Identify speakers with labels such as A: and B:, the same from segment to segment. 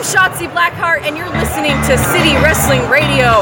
A: Shotzi Blackheart, and you're listening to City Wrestling Radio.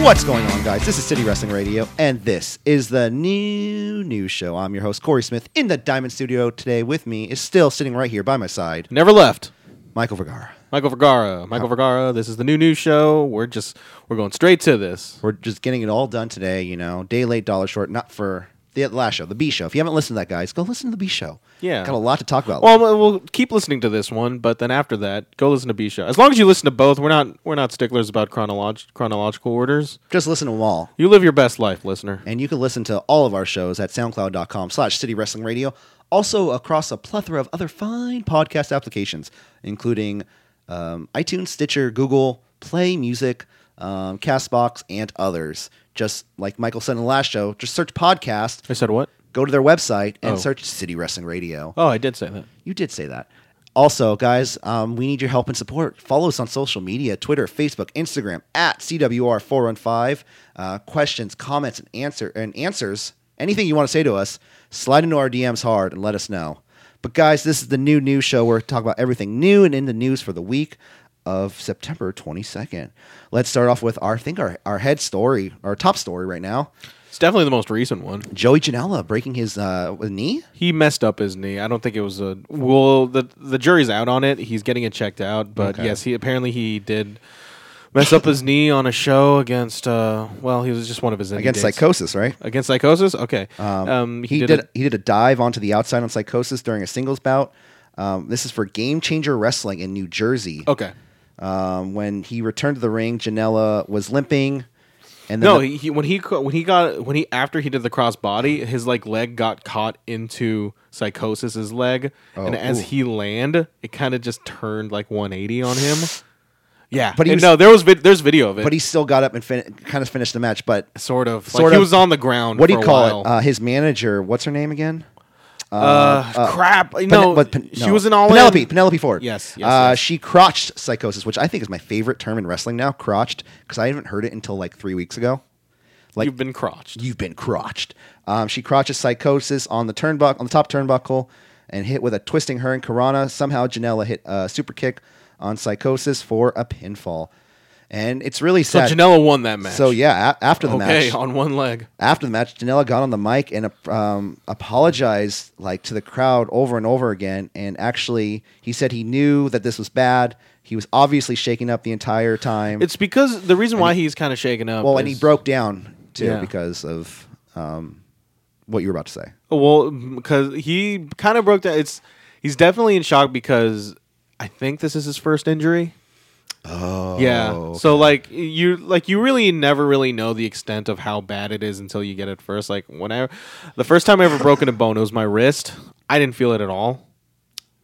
B: What's going on, guys? This is City Wrestling Radio, and this is the new news show. I'm your host, Corey Smith, in the Diamond Studio today. With me is still sitting right here by my side,
C: Never left.
B: Michael Vergara.
C: Michael Vergara. Michael Vergara. This is the new news show. We're just we're going straight to this.
B: We're just getting it all done today, you know. Day late, dollar short, not for the last show, the B show. If you haven't listened to that, guys, go listen to the B show.
C: Yeah.
B: Got a lot to talk about.
C: Well, we'll we'll keep listening to this one, but then after that, go listen to B show. As long as you listen to both, we're not we're not sticklers about chronolog- chronological orders.
B: just listen to them all.
C: You live your best life, listener.
B: And you can listen to all of our shows at soundcloud.com slash city wrestling radio. Also across a plethora of other fine podcast applications, including um, iTunes, Stitcher, Google, Play Music, um, CastBox, and others. Just like Michael said in the last show, just search podcast,
C: I said what?
B: go to their website, and
C: Oh.
B: search City Wrestling Radio.
C: Oh, I did say that.
B: You did say that. Also, guys, um, we need your help and support. Follow us on social media Twitter, Facebook, Instagram, at CWR415. Uh, questions, comments, and, answer, and answers, anything you want to say to us, slide into our DMs hard and let us know. But, guys, this is the new news show where we talk about everything new and in the news for the week of September 22nd. Let's start off with our, I think, our, our head story, our top story right now.
C: It's definitely the most recent one.
B: Joey Janela breaking his uh, knee.
C: He messed up his knee. I don't think it was a well. The the jury's out on it. He's getting it checked out. But
B: Okay.
C: yes, he apparently he did mess up his knee on a show against. Uh, well, he was just one of his indie
B: Against
C: dates.
B: psychosis, right?
C: Against psychosis. Okay.
B: Um,
C: Um,
B: he, did, he did a dive onto the outside on psychosis during a singles bout. Um, this is for Game Changer Wrestling in New Jersey.
C: a- okay.
B: Um, when he returned to the ring, Janela was limping, and then
C: No,
B: the-
C: he, he when he co- when he got when he after he did the cross body, his like leg got caught into psychosis's leg, and
B: Oh,
C: as
B: ooh.
C: he land, it kind of just turned like 180 on him. Yeah,
B: But
C: but
B: he was-
C: no, there was vid- there's video of it.
B: but he still got up and fin- kind of finished the match. But
C: sort of
B: Sort
C: like he
B: of-
C: was on the ground.
B: what do
C: for
B: you
C: a
B: call it?
C: while.
B: Uh, his manager, what's her name again?
C: Uh, crap.
B: Pen-
C: no,
B: but Pen-
C: she
B: no.
C: was in all
B: Penelope.
C: In.
B: Penelope Ford.
C: Yes, yes,
B: uh,
C: yes.
B: She crotched psychosis, which I think is my favorite term in wrestling now. Crotched, because I haven't heard it until like three weeks ago. Like
C: You've been crotched.
B: You've been crotched. Um, she crotches psychosis on the turnbuckle, on the top turnbuckle, and hit with a twisting her and Karana. Somehow Janela hit a super kick on psychosis for a pinfall, and it's really
C: so
B: sad.
C: Janela won that match.
B: So, yeah, a- after the
C: okay,
B: match,
C: on one leg.
B: after the match, Janela got on the mic and um, apologized like to the crowd over and over again. And actually, he said he knew that this was bad. He was obviously shaking up the entire time.
C: It's because the reason why he's kind of shaken up.
B: well, and he
C: is-
B: broke down too
C: Yeah.
B: because of um, what you were about to say.
C: Well, because he kind of broke down. It's he's definitely in shock because I think this is his first injury. Oh, yeah. So like you like you really never really know the extent of how bad it is until you get it first. Like whenever the first time I ever broken a bone, it was my wrist. I didn't feel it at all.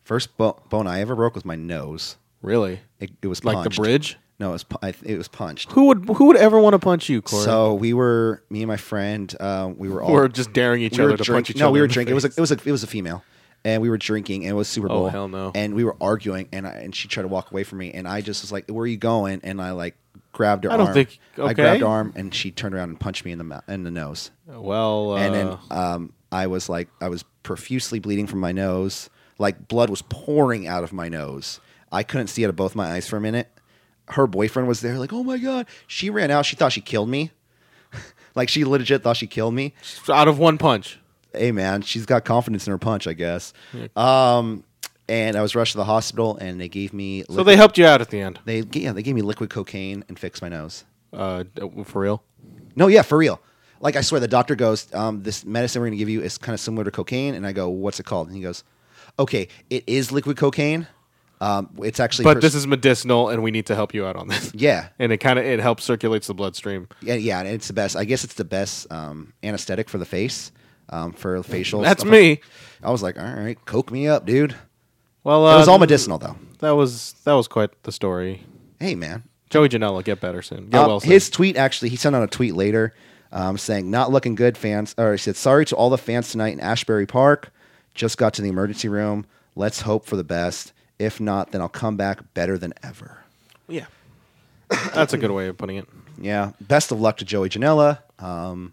B: First bo- bone I ever broke was my nose.
C: Really,
B: It, it was
C: like
B: punched.
C: the bridge.
B: No, it was pu- I th- it was punched.
C: Who would who would ever want to punch you, Corey?
B: So we were me and my friend. Uh, we were all
C: we were just daring each
B: we
C: other
B: were
C: to
B: drink-
C: punch each
B: no,
C: other.
B: we
C: in
B: were
C: the
B: drinking. It was a,
C: face.
B: it
C: Oh,
B: was a it was a female, and we were drinking, and it was Super Bowl.
C: hell no.
B: And we were arguing, and I and she tried to walk away from me, and I just was like, "Where are you going?" And I like grabbed her.
C: I don't
B: arm.
C: think-
B: I grabbed
C: okay.
B: her arm, and she turned around and punched me in the mouth, in the nose,
C: well, uh,
B: and then um, I was like, I was profusely bleeding from my nose, like blood was pouring out of my nose. I couldn't see out of both my eyes for a minute. Her boyfriend was there, like, "Oh my god!" She ran out. She thought she killed me. like she legit thought she killed me
C: out of one punch.
B: hey man, she's got confidence in her punch, I guess. Um, and I was rushed to the hospital, and they gave me
C: So they helped you out at the end.
B: they they yeah they gave me liquid cocaine and fixed my nose.
C: Uh, d- for real.
B: No, yeah, for real. Like I swear, the doctor goes, um, "This medicine we're gonna give you is kind of similar to cocaine," and I go, "What's it called?" And he goes, "Okay, it is liquid cocaine. Um, it's actually
C: but
B: pers-
C: this is medicinal and we need to help you out on this
B: yeah."
C: and it kind of it helps circulates the bloodstream
B: Yeah, yeah, and it's the best. I guess it's the best um, anesthetic for the face, um, for facial.
C: that's
B: stuff like-
C: me
B: I was like, all right, coke me up, dude. It
C: well uh,
B: was all medicinal though.
C: that was that was quite the story
B: Hey, man,
C: joey janela get better soon get
B: Um,
C: well soon.
B: his tweet actually, he sent out a tweet later um, saying, "Not looking good, fans." Or he said, "Sorry to all the fans tonight in Ashbury Park. Just got to the emergency room. Let's hope for the best. If not, then I'll come back better than ever."
C: yeah that's a good way of putting it
B: Yeah. Best of luck to Joey Janela. Um,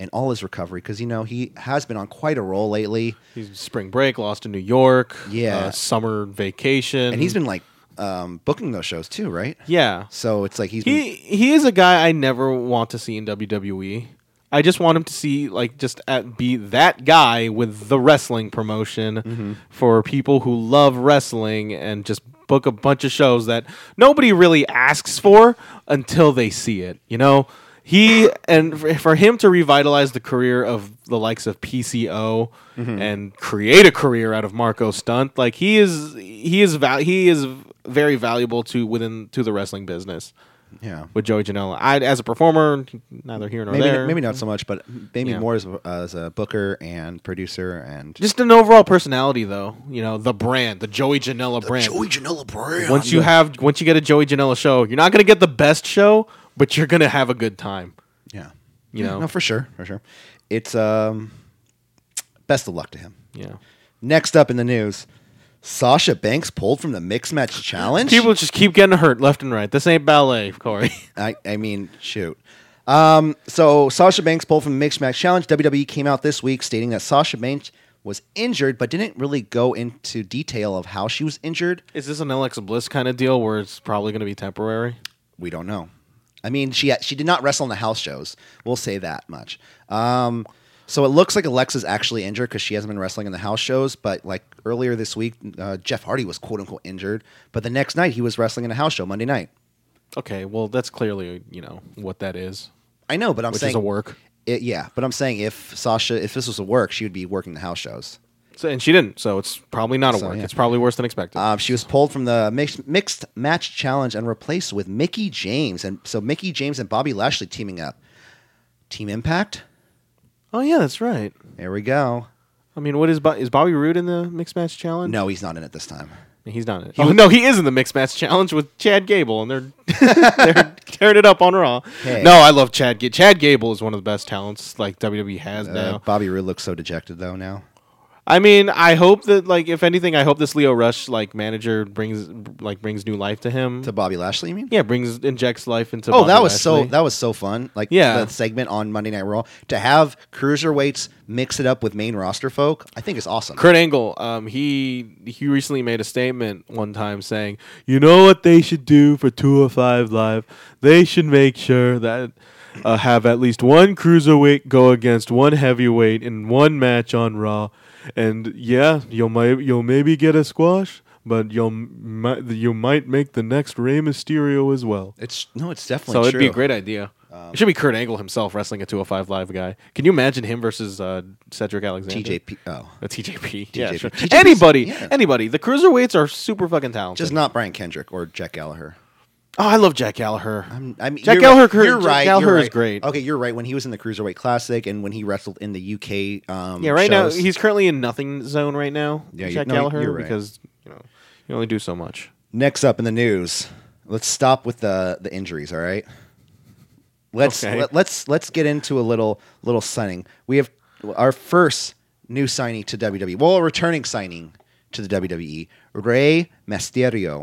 B: and all his recovery because you know he has been on quite a roll lately,
C: He's spring break, lost in New York.
B: Yeah.
C: uh, summer vacation,
B: and he's been like um, booking those shows too, right?
C: yeah.
B: So it's like he's been,
C: He he is a guy I never want to see in WWE. I just want him to see like just at, be that guy with the wrestling promotion for people who love wrestling and just book a bunch of shows that nobody really asks for until they see it. You know, he and for, for him to revitalize the career of the likes of PCO and create a career out of Marco Stunt, like he is he is val- he is very valuable to within to the wrestling business
B: yeah.
C: with Joey Janela. I, as a performer, neither here nor
B: Maybe,
C: there.
B: maybe not so much, but maybe
C: Yeah.
B: more as a, as a booker and producer and
C: Just an overall personality, though. You know, the brand, the Joey Janela brand.
B: Janela brand.
C: once you have, once you get a Joey Janela show, you're not gonna get the best show, but you're gonna have a good time.
B: yeah,
C: You
B: Yeah,
C: know?
B: no, for sure, for sure. It's um, best of luck to him.
C: Yeah.
B: Next up in the news, Sasha Banks pulled from the mixed match challenge.
C: People just keep getting hurt left and right. This ain't ballet, Corey.
B: I, I mean, shoot. Um, so Sasha Banks pulled from the Mixed Match Challenge. WWE came out this week stating that Sasha Banks was injured, but didn't really go into detail of how she was injured.
C: Is this an Alexa Bliss kind of deal where it's probably gonna be temporary?
B: We don't know. I mean, she she did not wrestle in the house shows. We'll say that much. Um, so it looks like Alexa's actually injured because she hasn't been wrestling in the house shows. But like earlier this week, uh, Jeff Hardy was quote unquote injured, but the next night he was wrestling in a house show Monday night.
C: Okay, well that's clearly you know what that is,
B: I know, but I'm
C: which
B: saying
C: is a work.
B: It, yeah, but I'm saying if Sasha, if this was a work, she would be working the house shows.
C: So, and she didn't, so it's probably not a
B: So,
C: work.
B: yeah.
C: It's probably worse than expected.
B: Um, she was pulled from the mixed, mixed match challenge and replaced with Mickey James, and so Mickey James and Bobby Lashley teaming up. Team Impact.
C: oh yeah, that's right.
B: There we go.
C: I mean, what is Bo- is Bobby Roode in the mixed match challenge?
B: No, he's not in it this time.
C: he's not. In it. oh no, he is in the mixed match challenge with Chad Gable, and they're they're tearing it up on Raw.
B: Hey.
C: No, I love Chad. Ga- Chad Gable is one of the best talents like WWE has
B: Uh,
C: now.
B: Bobby Roode looks so dejected though now.
C: I mean, I hope that like if anything, I hope this Leo Rush like manager brings like brings new life to him.
B: To Bobby Lashley, you mean?
C: yeah, brings injects life into.
B: Oh,
C: Bobby
B: that was so
C: Lashley.
B: that was so fun. Like
C: Yeah.
B: the segment on Monday Night Raw to have cruiserweights mix it up with main roster folk. I think is awesome.
C: Kurt Angle, um, he he recently made a statement one time saying, "You know what they should do for 205 Live? They should make sure that uh, have at least one cruiserweight go against one heavyweight in one match on Raw, and yeah, you'll might you'll maybe get a squash, but you'll m- might, you might make the next Rey Mysterio as well.
B: it's no, it's definitely
C: So it'd be a
B: true.
C: great idea. it should be Kurt Angle himself wrestling a 205 Live guy. Can you imagine him versus uh, Cedric Alexander?
B: TJP. Oh,
C: A TJP. Yeah,
B: TJP.
C: sure.
B: TJP 's-
C: anybody,
B: yeah.
C: anybody. The cruiserweights are super fucking talented.
B: just not Brian Kendrick or Jack Gallagher.
C: oh, I love Jack Gallagher.
B: I mean,
C: Jack
B: you're
C: Gallagher.
B: Right.
C: You're
B: You're right.
C: Gallagher
B: you're
C: is
B: right.
C: great.
B: Okay, you're right. When he was in the cruiserweight classic and when he wrestled in the UK, um,
C: Yeah, right
B: shows-
C: now he's currently in nothing zone right now.
B: Yeah, you-
C: Jack
B: no,
C: Gallagher
B: you're right.
C: because you know you only do so much.
B: next up in the news. Let's stop with the the injuries. All right. Let's
C: Okay.
B: let, let's let's get into a little little signing. We have our first new signing to WWE. Well, a returning signing to the WWE, Rey Mysterio.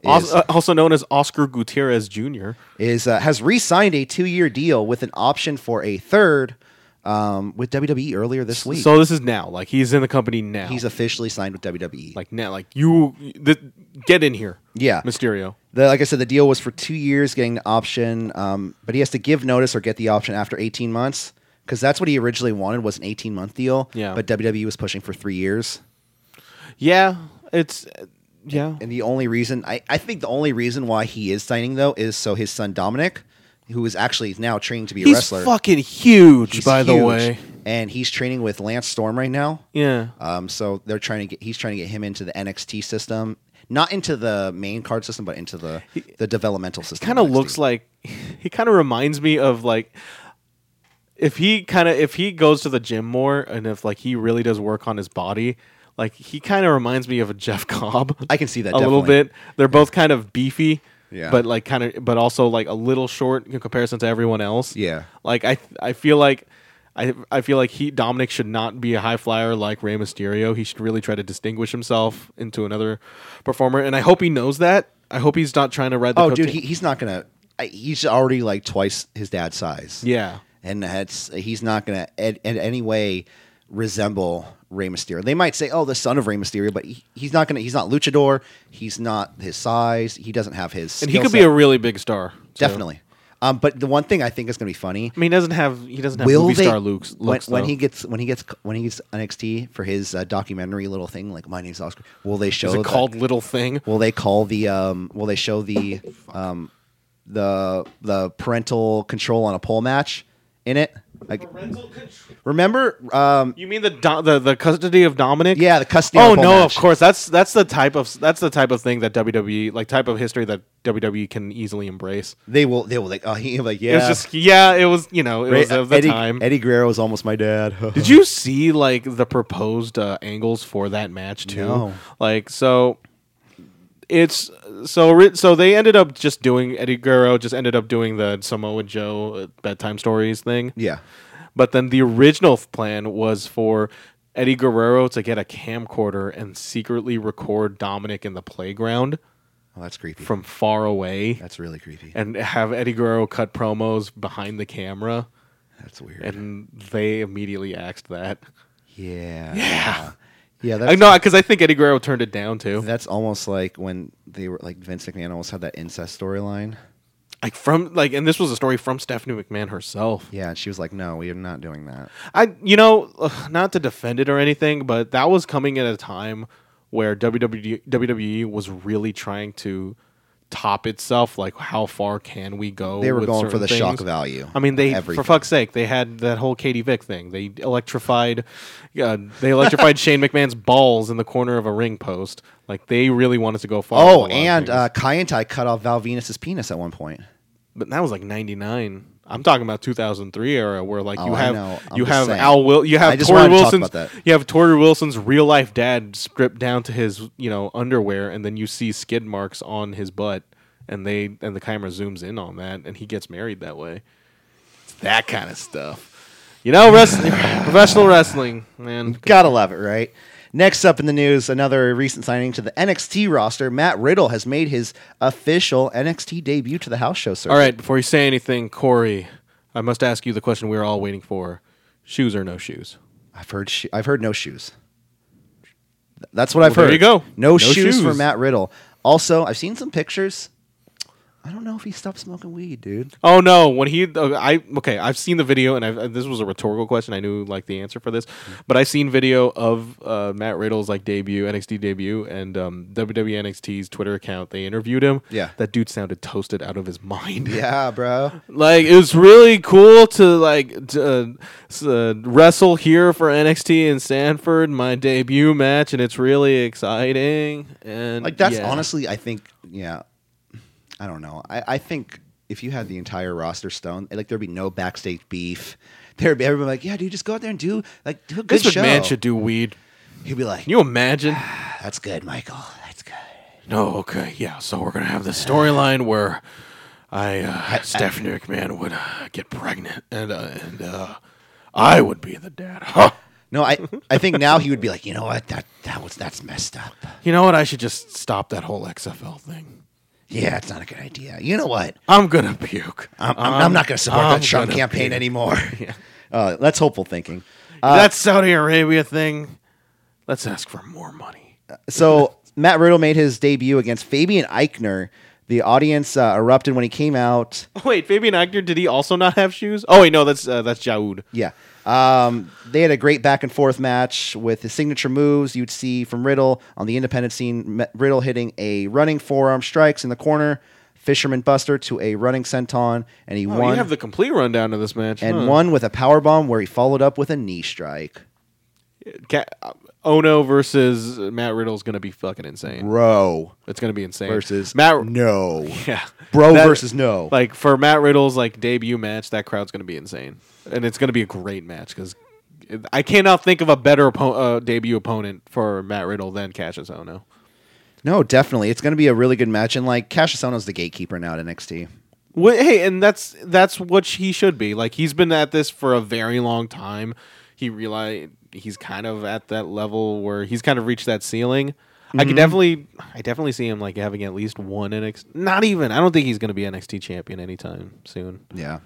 B: is-
C: Also, uh, also known as Oscar Gutierrez Jr.
B: is uh, has re-signed a two-year deal with an option for a third um, with WWE earlier this week.
C: So this is now. Like he's in the company now.
B: he's officially signed with E. WWE.
C: like now. Like you, th- get in here.
B: Yeah.
C: Mysterio.
B: The, like I said, the deal was for two years, getting the option, um, but he has to give notice or get the option after 18 months because that's what he originally wanted was an 18 month deal.
C: Yeah.
B: But WWE was pushing for three years,
C: Yeah, it's uh, yeah.
B: and the only reason I, I think the only reason why he is signing though is so his son Dominic, who is actually now training to be a
C: He's
B: wrestler,
C: fucking huge,
B: he's
C: by the
B: huge,
C: way.
B: and he's training with Lance Storm right now.
C: Yeah.
B: Um, so they're trying to get he's trying to get him into the NXT system, not into the main card system, but into the the developmental system.
C: kind of
B: NXT.
C: looks like he kind of reminds me of like if he kind of if he goes to the gym more and if like he really does work on his body like he kind of reminds me of a Jeff Cobb
B: I can see that
C: a little
B: definitely.
C: bit they're both kind of beefy
B: Yeah.
C: but like kind of but also like a little short in comparison to everyone else
B: Yeah.
C: like I I feel like I I feel like he Dominic should not be a high flyer like Rey Mysterio. He should really try to distinguish himself into another performer, and I hope he knows that. I hope he's not trying to ride. The
B: Oh,
C: coattail-
B: dude, he, he's not gonna. I, he's already like twice his dad's size.
C: yeah.
B: and that's he's not going to in any way resemble Rey Mysterio. They might say, "Oh, the son of Rey Mysterio," but he, he's not going to. He's not luchador. He's not his size. He doesn't have his.
C: and he
B: skill
C: could be
B: set.
C: a really big star. too.
B: definitely. Um, but the one thing I think is going to be funny
C: I mean, he doesn't have he doesn't have
B: will
C: movie
B: they
C: star Luke's
B: when,
C: looks
B: when
C: though.
B: he gets when he gets when he gets NXT for his uh, documentary little thing like my name's Oscar will they show
C: Is it
B: the-
C: called Little Thing?
B: will they call the um will they show the um the the parental control on a pole match in it like remember um
C: You mean the do- the the custody of Dominic?
B: yeah the custody on
C: Oh
B: a pole
C: no,
B: match.
C: of course. That's that's the type of that's the type of thing that WWE like type of history that WWE can easily embrace.
B: they will they will like oh he like yeah
C: It was just yeah, it was you know it was
B: Ray-
C: of the
B: Eddie,
C: time.
B: Eddie Guerrero was almost my dad
C: Did you see like the proposed uh, angles for that match too?
B: No.
C: Like so, it's so ri- so they ended up just doing Eddie Guerrero just ended up doing the Samoa Joe uh, bedtime stories thing.
B: yeah
C: But then the original f- plan was for Eddie Guerrero to get a camcorder and secretly record Dominic in the playground
B: oh that's creepy
C: from far away
B: that's really creepy
C: and have Eddie Guerrero cut promos behind the camera.
B: that's weird
C: And they immediately axed that.
B: yeah yeah yeah that's
C: I know, because I think Eddie Guerrero turned it down too.
B: That's almost like when they were like Vince McMahon almost had that incest storyline.
C: Like from like, and this was a story from Stephanie McMahon herself.
B: Yeah, and she was like, "No, we are not doing that."
C: I, you know, ugh, not to defend it or anything, but that was coming at a time where WWE, WWE E was really trying to top itself. Like, how far can we go?
B: They were
C: Oh, with
B: going for
C: certain
B: the shock
C: things?
B: value.
C: I mean, they
B: of everything.
C: for fuck's sake, they had that whole Katie Vick thing. They electrified, uh, they electrified Shane McMahon's balls in the corner of a ring post. Like they really wanted to go far. with a
B: Oh,
C: lot of
B: and
C: things.
B: uh, Kai and Tai cut off Val Venus's penis at one point.
C: but that was like '99. I'm talking about 2003 era where like
B: Oh,
C: you
B: I
C: have
B: know. I'm
C: you
B: just
C: have
B: saying.
C: Al Will you
B: I
C: have
B: just
C: Tori
B: wanted to talk
C: Wilson's
B: about that.
C: you have Tori Wilson's real life dad stripped down to his you know underwear and then you see skid marks on his butt and they and the camera zooms in on that and he gets married that way. It's that kind of stuff. You know, wrestling, professional wrestling, man.
B: Gotta love it, right? Next up in the news, another recent signing to the NXT roster. Matt Riddle has made his official NXT debut to the house show circuit.
C: All right, before you say anything, Corey, I must ask you the question we were all waiting for: shoes or no shoes?
B: I've heard sho- I've heard no shoes. Th- That's what I've
C: Well,
B: heard.
C: there you go.
B: No,
C: No
B: shoes,
C: shoes.
B: for Matt Riddle. Also, I've seen some pictures. I don't know if he stopped smoking weed, dude.
C: Oh no! When he, uh, I okay, I've seen the video, and I've, uh, this was a rhetorical question. I knew like the answer for this,
B: Mm-hmm.
C: but I've seen video of uh, Matt Riddle's like debut, NXT debut, and um, WWE NXT's Twitter account. They interviewed him.
B: Yeah.
C: that dude sounded toasted out of his mind.
B: Yeah, bro.
C: like it was really cool to like to, uh, s- uh, wrestle here for NXT in Sanford, my debut match, and it's really exciting. And
B: Like that's
C: yeah.
B: honestly, I think, yeah. I don't know. I, I think if you had the entire roster stoned, like there'd be no backstage beef. There'd be everybody like, yeah, dude, just go out there and do like do a good
C: Vince
B: show.
C: McMahon should do weed.
B: He'd be like,
C: Can you imagine?
B: that's good, Michael. That's good.
C: No, okay, yeah. So we're gonna have this storyline where I, uh, Stephanie McMahon, would uh, get pregnant, and uh, and uh, I would be the dad. Huh.
B: No, I I think now he would be like, you know what, that that was that's messed up.
C: You know what? I should just stop that whole XFL thing.
B: Yeah, it's not a good idea. You know what?
C: I'm gonna puke.
B: I'm, I'm, I'm not going to support
C: I'm
B: that Trump
C: gonna
B: campaign anymore. Uh, that's hopeful thinking.
C: that Saudi Arabia thing. Let's ask for more money.
B: So Matt Riddle made his debut against Fabian Eichner. The audience uh, erupted when he came out.
C: Wait, Fabian Agner, did he also not have shoes? Oh wait, no, that's uh, that's Jaoud.
B: Yeah. Um, they had a great back and forth match with his signature moves you'd see from Riddle on the independent scene. M- Riddle hitting a running forearm strikes in the corner, Fisherman Buster to a running senton, and he
C: Oh,
B: won.
C: you have the complete rundown of this match.
B: and
C: huh.
B: won with a power bomb where he followed up with a knee strike.
C: Ca- uh, Ono versus Matt Riddle is gonna be fucking insane.
B: Bro
C: It's gonna be insane.
B: versus
C: Matt.
B: No.
C: Yeah,
B: Bro
C: That-
B: versus no.
C: Like for Matt Riddle's like debut match, that crowd's gonna be insane, and it's gonna be a great match because I cannot think of a better oppo- uh, debut opponent for Matt Riddle than Cassius Ono.
B: No, definitely. It's going to be a really good match. And like Cassius Ohno's the gatekeeper now at NXT.
C: Wh- hey, and that's that's what he should be. Like he's been at this for a very long time. He realized he's kind of at that level where he's kind of reached that ceiling. I
B: Mm-hmm.
C: could definitely, I definitely see him like having at least one NXT. Not even. I don't think he's going to be NXT champion anytime soon.
B: Yeah.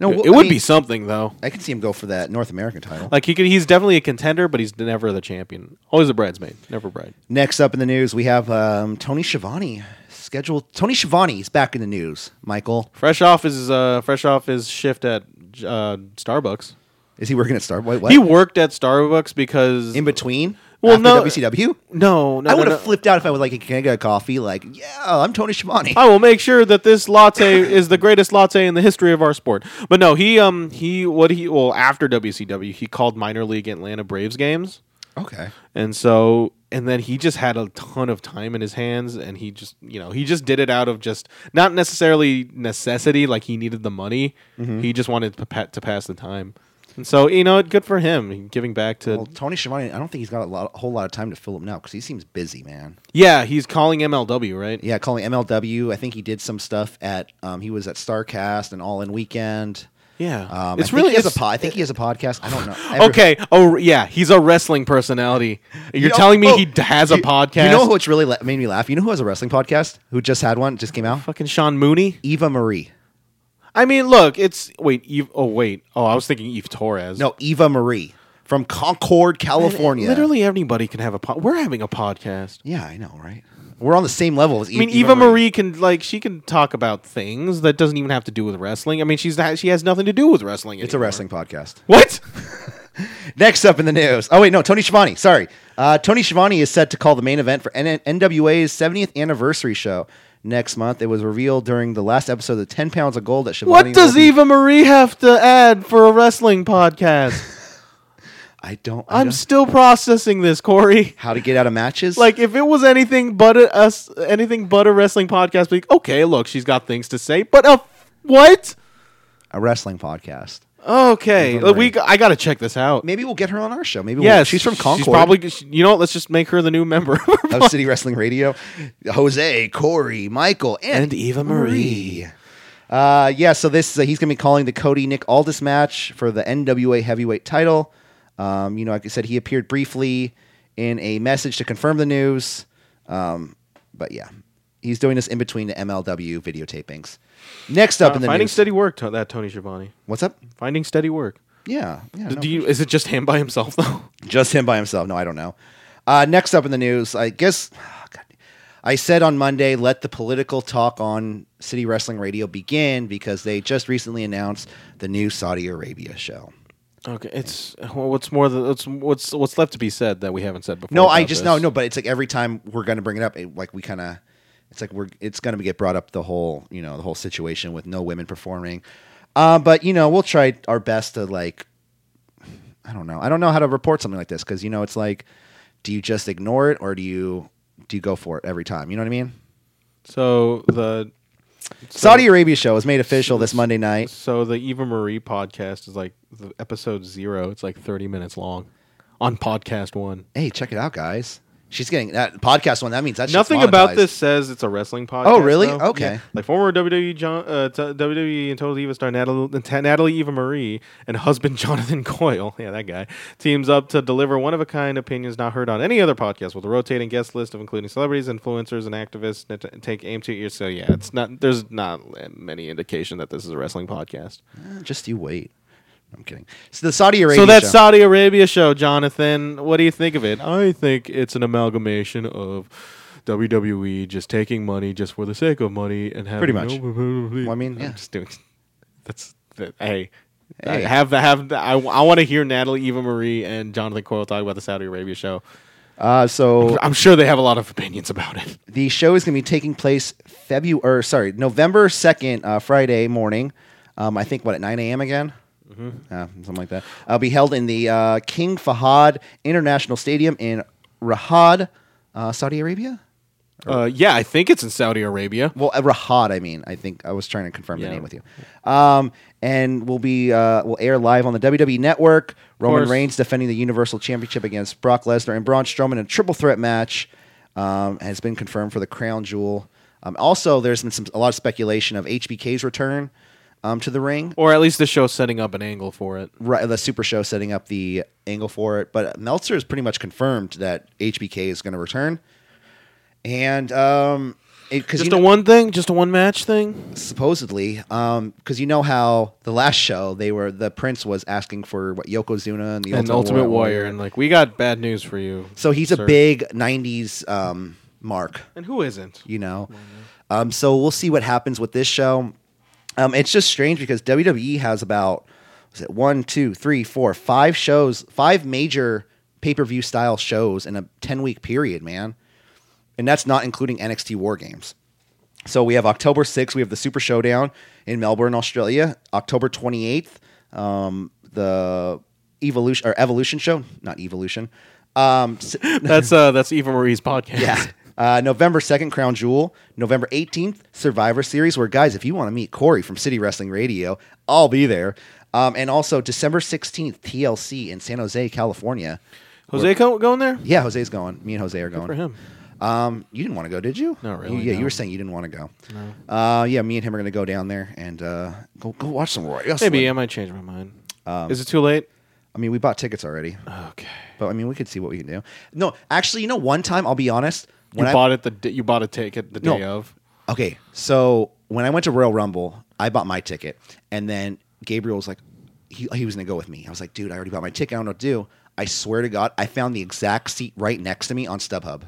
B: No,
C: it,
B: well,
C: it would
B: I mean-
C: be something though.
B: I can see him go for that North American title.
C: Like he could, he's definitely a contender, but he's never the champion. Always a bridesmaid, never bride.
B: Next up in the news, we have um, Tony Schiavone scheduled. Tony Schiavone is back in the news. Michael,
C: Fresh off his uh, fresh off his shift at uh, Starbucks.
B: is he working at Starbucks? What?
C: He worked at Starbucks because
B: in between?
C: Well,
B: after
C: no.
B: WCW.
C: no, no,
B: I
C: no,
B: would have
C: no.
B: flipped out if I was like, "Can I get a coffee?" Like, yeah, I'm Tony Schiavone.
C: I will make sure that this latte is the greatest latte in the history of our sport. But no, he um he what he well after WCW he called minor league Atlanta Braves games,
B: okay.
C: and so and then he just had a ton of time in his hands, and he just you know he just did it out of just not necessarily necessity, like he needed the money.
B: Mm-hmm.
C: He just wanted to, pa- to pass the time, and so you know good for him giving back to
B: Well, Tony Schiavone, I don't think he's got a, lot, a whole lot of time to fill up now because he seems busy, man.
C: yeah he's calling MLW right
B: Yeah, calling MLW. I think he did some stuff at. Um, he was at Starcast and All In Weekend.
C: yeah
B: Um,
C: it's
B: I think
C: really
B: he has
C: it's-
B: a pod. I think he has a podcast. I don't know. Every-
C: Okay. Oh, yeah. He's a wrestling personality. You're
B: You know-
C: telling me
B: oh,
C: he d- has a
B: you-
C: podcast?
B: You know what's really la- made me laugh? You know who has a wrestling podcast? Who just had one? Just came out.
C: fucking Sean Mooney.
B: Eva Marie.
C: I mean, look, it's wait. Eve, oh, wait. Oh, I was thinking Eve Torres.
B: No, Eva Marie from Concord, California.
C: Literally anybody can have a pod. We're having a podcast.
B: Yeah, I know, right? We're on the same level as
C: I mean, Eva, Marie. can like she can talk about things that doesn't even have to do with wrestling. I mean, she's not, she has nothing to do with wrestling.
B: It's a
C: anymore.
B: wrestling podcast.
C: What?
B: Next up in the news. Oh wait, no, Tony Schiavone. Sorry, uh, Tony Schiavone is set to call the main event for N- NWA's 70th anniversary show next month. It was revealed during the last episode of the 10 Pounds of Gold that Schiavone.
C: What does
B: will be-
C: Eva Marie have to add for a wrestling podcast?
B: I don't. I
C: I'm
B: don't-
C: still processing this, Corey.
B: how to get out of matches?
C: Like if it was anything but a, us anything but a wrestling podcast, week. Okay, look, she's got things to say, but uh, what?
B: a wrestling podcast.
C: Okay,
B: Don't
C: we I gotta check this out.
B: Maybe we'll get her on our show. Maybe
C: Yes,
B: we'll, she's from Concord.
C: She's probably you know. what, Let's just make her the new member. of our
B: of City Wrestling Radio. Jose, Corey, Michael, and,
C: And Eva Marie.
B: Uh, yeah, so this uh, he's going to be calling the Cody Nick Aldis match for the NWA Heavyweight Title. Um, you know, like I said, he appeared briefly in a message to confirm the news. Um, but yeah, he's doing this in between the MLW videotapings. Next up
C: Uh,
B: in the
C: finding
B: news,
C: steady work. To that Tony Schiavone.
B: what's up?
C: Finding steady work.
B: Yeah, yeah no.
C: Do you, is it just him by himself though?
B: Just him by himself. No, I don't know. Uh, next up in the news, I guess. oh, God. I said on Monday, let the political talk on City Wrestling Radio begin because they just recently announced the new Saudi Arabia show.
C: Okay, it's well, what's more than what's what's what's left to be said that we haven't said before.
B: No, I
C: about
B: just
C: this.
B: no, no, but it's like every time we're going to bring it up, it, like we kind of, it's like we're it's going to get brought up the whole you know the whole situation with no women performing, um, but you know we'll try our best to like, I don't know, I don't know how to report something like this because you know it's like, do you just ignore it or do you do you go for it every time? You know what I mean?
C: So the
B: Saudi Arabia show was made official this Monday night.
C: So the Eva Marie podcast is like the episode zero. It's like thirty minutes long on podcast one.
B: Hey, check it out, guys. She's getting that podcast one. That means that's
C: Nothing about this says it's a wrestling podcast.
B: Oh, really?
C: though.
B: Okay.
C: Yeah. Like former WWE John, uh, t- WWE and Total Diva star Natalie, Natalie Eva Marie and husband Jonathan Coyle, yeah, that guy, teams up to deliver one of a kind opinions not heard on any other podcast with a rotating guest list of including celebrities, influencers, and activists that t- take aim to your. So yeah, it's not. There's not many indication that this is a wrestling podcast.
B: Just you wait. I'm kidding. So the Saudi Arabia.
C: So that
B: show-
C: Saudi Arabia show, Jonathan, what do you think of it? I think it's an amalgamation of WWE just taking money just for the sake of money and
B: Pretty
C: having
B: much.
C: No,
B: Well, I mean,
C: I'm
B: yeah.
C: just doing. That's that, hey, I
B: Hey.
C: have the have the, I, I want to hear Natalie Eva Marie and Jonathan Coyle talk about the Saudi Arabia show.
B: Uh, so
C: I'm sure they have a lot of opinions about it.
B: the show is going to be taking place February, or sorry, November second, uh, Friday morning. Um, I think what at nine a.m. again, Uh, something like that. I'll be held in the uh, King Fahad International Stadium in Riyadh, uh, Saudi Arabia.
C: Uh, yeah, I think it's in Saudi Arabia.
B: Well, uh, Rahad, I mean. I think I was trying to confirm
C: Yeah.
B: the name with you. Um, and we'll be uh, we'll air live on the WWE Network. Roman
C: course.
B: Reigns defending the Universal Championship against Brock Lesnar and Braun Strowman in a triple threat match um, has been confirmed for the crown jewel. Um, also, there's been some a lot of speculation of HBK's return um, to the ring.
C: Or at least the show's setting up an angle for it.
B: Right, the Super Show setting up the angle for it, but Meltzer has pretty much confirmed that HBK is going to return, and um, because
C: Just
B: you
C: a
B: know,
C: one thing, just a one match thing.
B: supposedly, because you know how the last show they were the Prince was asking for what Yokozuna and the
C: And
B: Ultimate,
C: Ultimate Warrior, and like we got bad news for you.
B: So he's
C: sir.
B: a big '90s um, mark.
C: And who isn't?
B: you know. Um, so we'll see what happens with this show. Um, it's just strange because WWE has about was it one, two, three, four, five shows, five major pay per view style shows in a ten week period, man, and that's not including NXT War Games. So we have October 6th, we have the Super Showdown in Melbourne, Australia. October 28th, um, the Evolution or Evolution Show, not Evolution. Um, s-
C: That's uh, that's Eva Marie's podcast.
B: yeah. Uh, November 2nd, Crown Jewel. November 18th, Survivor Series, where, guys, if you want to meet Corey from City Wrestling Radio, I'll be there. Um, and also December 16th, TLC in San Jose, California.
C: Jose co- going there?
B: Yeah, Jose's going. Me and Jose are going.
C: For him.
B: Um, you didn't want to go, did you?
C: Not
B: You-
C: really,
B: yeah,
C: no.
B: you were saying you didn't want to go. No. Uh, yeah, me and him are going to go down there and uh, go go watch some Roy. Wrestling.
C: Maybe um, I might change my mind.
B: Um,
C: Is it too late?
B: I mean, we bought tickets already,
C: Okay.
B: but I mean, we could see what we can do. No, actually, you know, one time I'll be honest.
C: You
B: I-
C: bought it the d- you bought a ticket the
B: No.
C: day of.
B: Okay, so when I went to Royal Rumble, I bought my ticket, and then Gabriel was like, he, he was gonna go with me. I was like, dude, I already bought my ticket. I don't know what to do. I swear to God, I found the exact seat right next to me on StubHub.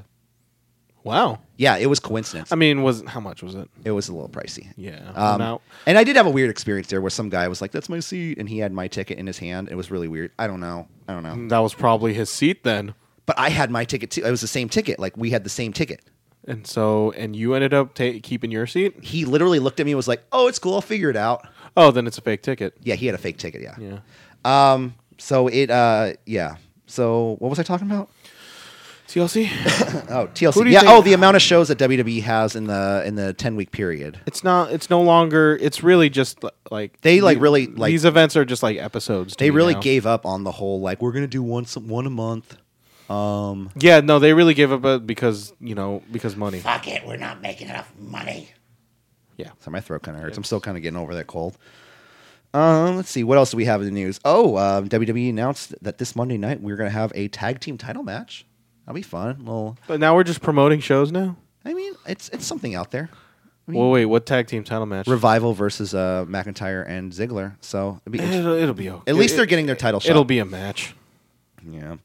C: Wow.
B: Yeah, it was coincidence.
C: I mean, was how much was it?
B: it was a little pricey.
C: Yeah.
B: Um,
C: Now-
B: And I did have a weird experience there where some guy was like, that's my seat. And he had my ticket in his hand. It was really weird. I don't know. I don't know.
C: That was probably his seat then.
B: But I had my ticket too. It was the same ticket. Like, we had the same ticket.
C: And so, and you ended up ta- keeping your seat.
B: He literally looked at me and was like, oh, it's cool. I'll figure it out.
C: Oh, then it's a fake ticket.
B: Yeah, he had a fake ticket. Yeah.
C: Yeah.
B: Um. So it. Uh. Yeah. So what was I talking about?
C: TLC.
B: Oh,
C: Who do
B: TLC.
C: you
B: Yeah.
C: think-
B: Oh, the amount of shows that WWE has in the in the ten week period.
C: it's not. It's no longer. It's really just li- like
B: They, like,
C: the-
B: really, like-
C: these events are just like episodes. to
B: They
C: me
B: really
C: now.
B: gave up on the whole like we're gonna do once one a month. Um.
C: Yeah, no, they really gave up uh, because you know because money.
D: Fuck it, we're not making enough money.
C: Yeah.
B: So my throat kind of hurts. I'm still kind of getting over that cold. Um. Let's see. What else do we have in the news? Oh, um, WWE announced that this Monday night we're gonna have a tag team title match. That'll be fun. Well,
C: But now we're just promoting shows now.
B: I mean, it's it's something out there.
C: Well, wait, what tag team title match?
B: Revival versus uh, McIntyre and Ziggler. So it'd be interesting.
C: It'll, it'll be okay.
B: At least
C: It-
B: they're getting their title shot.
C: It'll be a match.
B: yeah.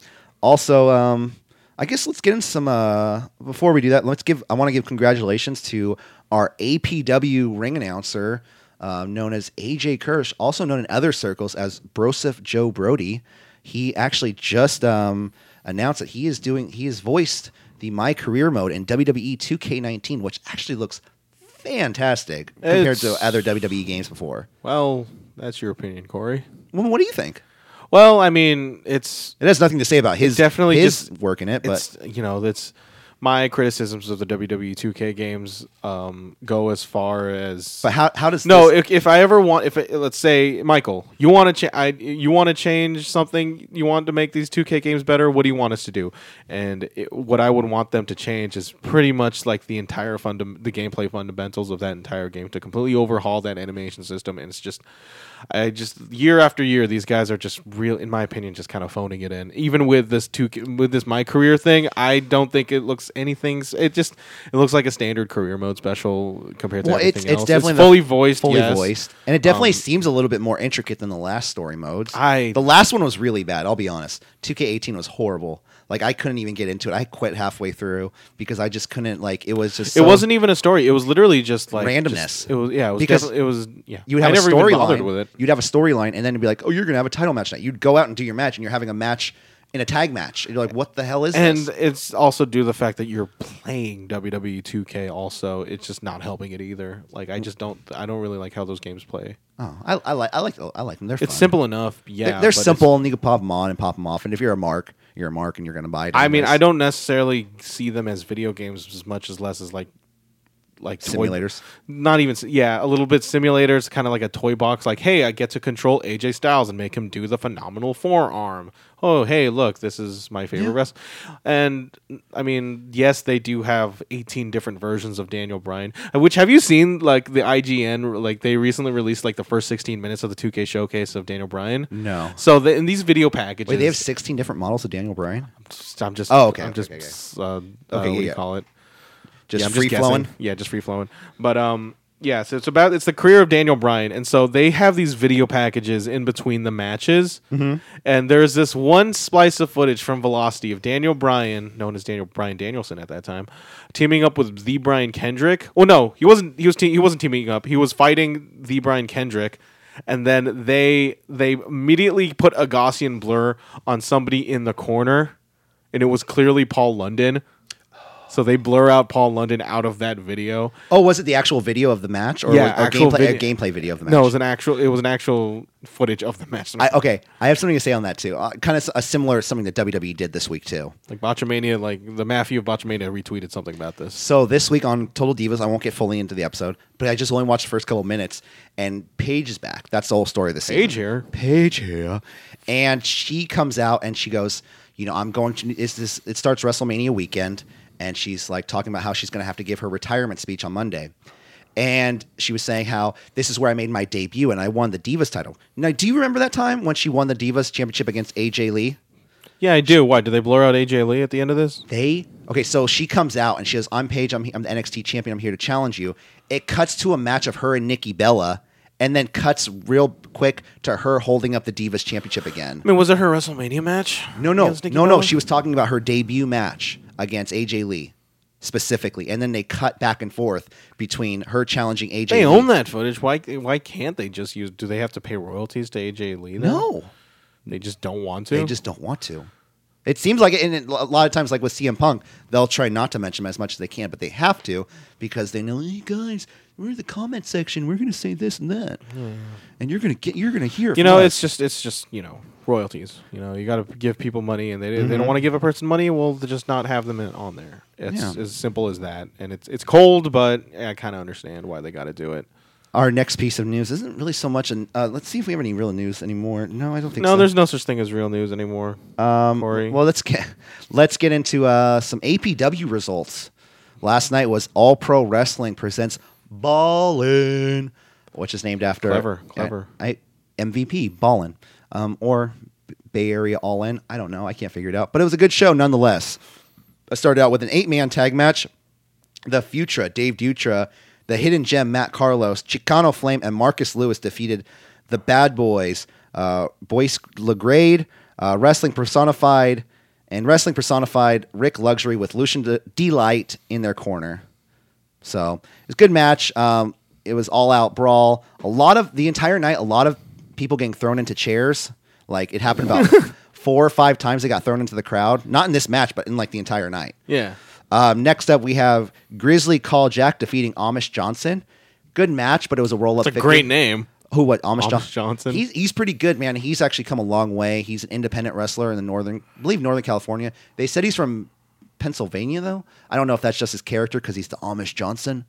B: Also, um, I guess let's get in some. Uh, before we do that, let's give. I want to give congratulations to our APW ring announcer, uh, known as AJ Kirsch, also known in other circles as Broseph Joe Brody. He actually just um, announced that he is doing. He has voiced the My Career mode in E WWE 2K19, which actually looks fantastic compared
C: It's-
B: to other WWE games before.
C: Well, that's your opinion, Corey.
B: Well, what do you think?
C: Well, I mean, it's
B: It has nothing to say about his
C: definitely
B: his
C: just-
B: work in it, but
C: it's you know that's my criticisms of the WWE 2K games um, go as far as
B: But how how does
C: no
B: This,
C: if, if I ever want if it, let's say Michael you want to cha- I, you want to change something you want to make these 2K games better what do you want us to do and it, what I would want them to change is pretty much like the entire fundam- the gameplay fundamentals of that entire game to completely overhaul that animation system and it's just I just year after year these guys are just real in my opinion just kind of phoning it in even with this 2K with this my career thing I don't think it looks anything s- it just it looks like a standard career mode special compared to
B: well, it's
C: everything
B: it's
C: else.
B: definitely the-
C: fully voiced
B: fully
C: yes. Um,
B: voiced, and it definitely seems a little bit more intricate than the last story modes.
C: I-
B: the last one was really bad. I'll be honest. 2K18 was horrible. Like I couldn't even get into it. I quit halfway through because I just couldn't. Like it was just
C: it
B: so-
C: wasn't e- even a story. It was literally just like
B: Randomness.
C: just- it was yeah. It was
B: Because
C: defi- it was yeah.
B: You would
C: I
B: have a
C: never even bothered
B: storyline.
C: with it.
B: You'd have a storyline, and then it'd be like, oh, you're gonna have a title match night. You'd go out and do your match, and you're having a match in a tag match. And you're like, what the hell is
C: And
B: this?
C: it's also due to the fact that you're playing WWE 2K. Also, it's just not helping it either. Like I just don't. I don't really like how those games play.
B: Oh, I, I like I like I like them. They're
C: It's
B: fun.
C: simple enough. Yeah,
B: They're, they're
C: but it's-
B: simple, and you can pop them on and pop them off. And if you're a mark, you're a mark, and you're gonna buy it.
C: I mean,
B: anyways.
C: I don't necessarily see them as video games as much as less as like like toy-
B: Simulators.
C: not even s- yeah, a little bit simulators, kind of like a toy box. Like, hey, I get to control AJ Styles and make him do the phenomenal forearm. Oh, hey, look, this is my favorite wrestler. And I mean, yes, they do have eighteen different versions of Daniel Bryan. uh, Which have you seen? Like the IGN, like they recently released like the first sixteen minutes of the two K showcase of Daniel Bryan.
B: No.
C: So the, in these video packages,
B: Wait, they have 16 different models of Daniel Bryan?
C: just- I'm just.
B: Oh, okay,
C: I'm
B: okay,
C: just.
B: okay,
C: Uh, uh,
B: Okay,
C: what
B: yeah,
C: do you
B: yeah.
C: call it?
B: Just
C: Yeah, I'm
B: free flowing.
C: guessing. Yeah, just free flowing. But um, yeah. So it's about it's the career of Daniel Bryan, and so they have these video packages in between the matches, and there's this one splice of footage from Velocity of Daniel Bryan, known as Daniel Bryan Danielson at that time, teaming up with the Bryan Kendrick. Well, no, he wasn't. He was te- he wasn't teaming up. He was fighting the Bryan Kendrick. And then they they immediately put a Gaussian blur on somebody in the corner, and it was clearly Paul London. So they blur out Paul London out of that video.
B: Oh, was it the actual video of the match or,
C: Yeah,
B: was- or
C: actual
B: gameplay,
C: video.
B: a gameplay video of the match?
C: No, it was an actual. It was an actual footage of the match.
B: I, okay, I have something to say on that too. Uh, kind of a similar something that WWE did this week too.
C: like Botchamania, like the Matthew of Botchamania retweeted something about this.
B: So this week on Total Divas, I won't get fully into the episode, but I just only watched the first couple minutes, and Paige is back. That's the whole story of the season.
C: Paige here.
B: Paige here, and she comes out and she goes, you know, I'm going to. Is this? It starts WrestleMania weekend, and she's like talking about how she's going to have to give her retirement speech on Monday. And she was saying how this is where I made my debut and I won the Divas title. Now, do you remember that time when she won the Divas championship against AJ Lee?
C: Yeah, I do. Why do they blur out AJ Lee at the end of this?
B: They okay, so she comes out and she says, "I'm Paige. I'm, he- I'm the NXT champion. I'm here to challenge you." It cuts to a match of her and Nikki Bella, and then cuts real quick to her holding up the Divas Championship again.
C: I mean, was it her WrestleMania match?
B: No, no,
C: against Nikki
B: no, no.
C: Bella?
B: She was talking about her debut match against AJ Lee specifically, and then they cut back and forth between her challenging AJ. Lee.
C: They own that footage. Why? Why can't they just use? Do they have to pay royalties to AJ Lee? then?
B: No,
C: they just don't want to.
B: they just don't want to. It seems like, it- and it- a lot of times, like with CM Punk, they'll try not to mention him as much as they can, but they have to because they know, hey guys, we're in the comment section. We're going to say this and that, and you're going to get, you're going to hear.
C: You
B: from
C: know,
B: us."
C: it's just it's just you know royalties. You know, you got to give people money, and they
B: Mm-hmm.
C: they don't want to give a person money. Well, they just not have them in, on there. It's
B: Yeah.
C: as simple as that, and it's it's cold, but I kind of understand why they got to do it.
B: our next piece of news isn't really so much. An, uh, let's see if we have any real news anymore. No, I don't think
C: No,
B: so.
C: there's no such thing as real news anymore. Um, Corey.
B: Well, let's get let's get into uh, some APW results. Last night was All Pro Wrestling presents Ballin, which is named after
C: Clever, clever.
B: I, I- MVP Ballin, um, or Bay Area All In. I don't know. I can't figure it out. But it was a good show nonetheless. I started out with an eight man tag match. The Futura, Dave Dutra, the Hidden Gem, Matt Carlos, Chicano Flame, and Marcus Lewis defeated the Bad Boys, uh, Boyce LeGrade, uh, Wrestling Personified, and Wrestling Personified Rick Luxury with Lucian De- Delight in their corner. So it was a good match. Um, it was all out brawl. A lot of the entire night, a lot of people getting thrown into chairs. Like it happened about four or five times. They got thrown into the crowd. Not in this match, but in like the entire night.
C: yeah.
B: Um, next up, we have Grizzly Call Jack defeating Amish Johnson. Good match, but it was a roll up.
C: It's a great name.
B: Who? What? Amish,
C: Amish
B: John-
C: Johnson.
B: He's he's pretty good, man. He's actually come a long way. He's an independent wrestler in the northern, I believe Northern California. They said he's from Pennsylvania, though. I don't know if that's just his character because he's the Amish Johnson.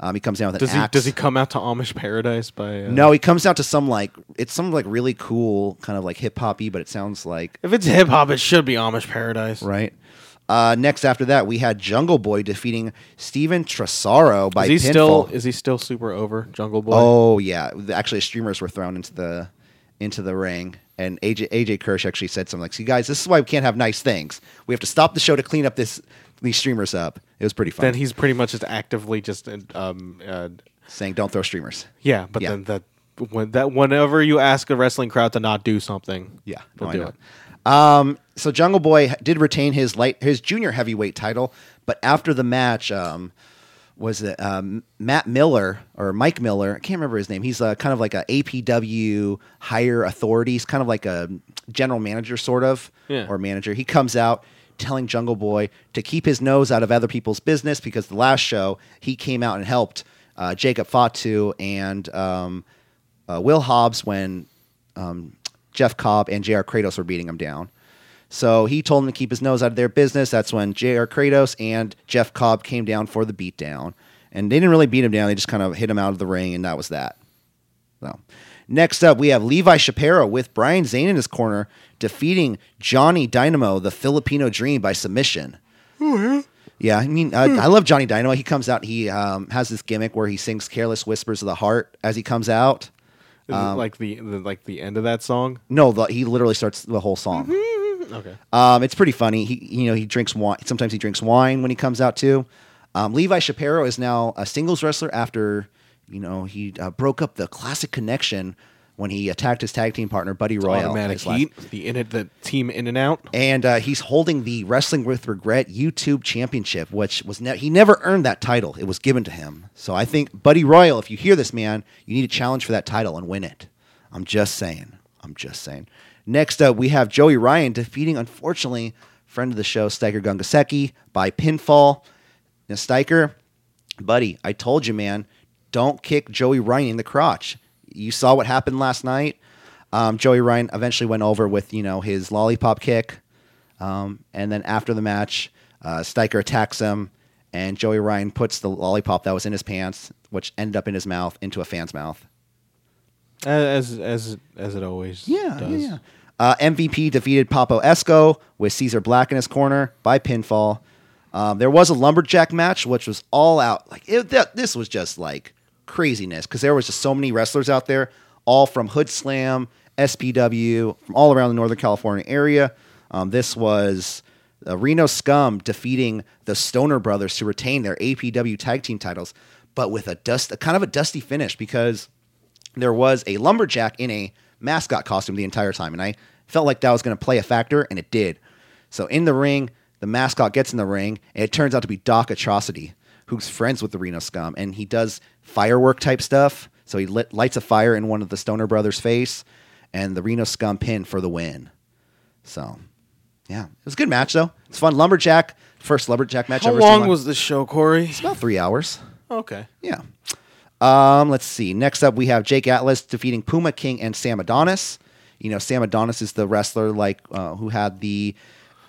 B: Um, he comes down with an
C: Does he
B: axe.
C: does he come out to Amish Paradise by uh,
B: no, he comes out to some like it's some like really cool kind of like hip hoppy, but it sounds like
C: If it's hip hop, it should be Amish Paradise.
B: right. Uh, next after that, we had Jungle Boy defeating Steven Tresaro by
C: Is he
B: pinfall.
C: still is he still super over Jungle Boy?
B: Oh yeah, The- actually, streamers were thrown into the into the ring, and AJ AJ Kirsch actually said something like, "See, guys, this is why we can't have nice things. We have to stop the show to clean up this these streamers up." It was pretty fun.
C: Then he's pretty much just actively just um uh,
B: saying, "Don't throw streamers."
C: yeah. But
B: Yeah.
C: then that when that whenever you ask a wrestling crowd to not do something,
B: Yeah,
C: they'll
B: no, I
C: do
B: know.
C: it.
B: Um, so Jungle Boy h- did retain his light his junior heavyweight title, but after the match, um, was it um, Matt Miller or Mike Miller? I can't remember his name. He's uh kind of like a APW higher authorities, kind of like a general manager sort of
C: Yeah.
B: or manager. He comes out telling Jungle Boy to keep his nose out of other people's business because the last show he came out and helped uh, Jacob Fatu and um, uh, Will Hobbs when um, Jeff Cobb and J.R. Kratos were beating him down. So he told him to keep his nose out of their business. That's when J.R. Kratos and Jeff Cobb came down for the beatdown. And they didn't really beat him down, they just kind of hit him out of the ring, and that was that. So, next up, we have Levi Shapiro with Brian Zane in his corner, defeating Johnny Dynamo, the Filipino Dream, by submission. Yeah, I mean, I, I love Johnny Dynamo. He comes out, he um, has this gimmick where he sings "Careless Whispers of the Heart" as he comes out.
C: Is
B: Um,
C: it like the, the like the end of that song?
B: No, the, he literally starts the whole song.
C: Okay.
B: Um, it's pretty funny. He, you know, he drinks wine. Sometimes he drinks wine when he comes out too. Um, Levi Shapiro is now a singles wrestler after you know he uh, broke up the Classic Connection when he attacked his tag team partner Buddy Royal.
C: Automatic
B: his last-
C: heat. The in it, the team in and out.
B: and uh, he's holding the Wrestling with Regret YouTube Championship, which was ne- he never earned that title. It was given to him. So I think Buddy Royal, if you hear this, man, you need a challenge for that title and win it. I'm just saying. I'm just saying. Next up, we have Joey Ryan defeating, unfortunately, friend of the show Steiger Gungaseki by pinfall. Now Steiger, buddy, I told you, man, don't kick Joey Ryan in the crotch. You saw what happened last night. Um, Joey Ryan eventually went over with you know his lollipop kick, um, and then after the match, uh, Steiker attacks him, and Joey Ryan puts the lollipop that was in his pants, which ended up in his mouth, into a fan's mouth.
C: As as as it always
B: Yeah,
C: does.
B: yeah, yeah. Uh, MVP defeated Papo Esco with Caesar Black in his corner by pinfall. Um, there was a lumberjack match, which was all out. Like it, th- this was just like craziness because there was just so many wrestlers out there, all from Hood Slam, SPW, from all around the Northern California area. Um, this was uh, Reno Scum defeating the Stoner Brothers to retain their APW tag team titles, but with a dust, a kind of a dusty finish because there was a lumberjack in a mascot costume the entire time, and I felt like that was going to play a factor, and it did. So in the ring, the mascot gets in the ring, and it turns out to be Doc Atrocity, who's friends with the Reno Scum, and he does firework type stuff. So he lit, lights a fire in one of the Stoner Brothers' face, and the Reno Scum pin for the win. So, yeah, it was a good match though. It's fun. Lumberjack, first lumberjack match.
C: How
B: I've ever seen
C: long
B: live.
C: was this show, Corey?
B: about three hours?
C: Okay.
B: Yeah. Um, let's see. Next up, we have Jake Atlas defeating Puma King and Sam Adonis. You know, Sam Adonis is the wrestler like uh, who had the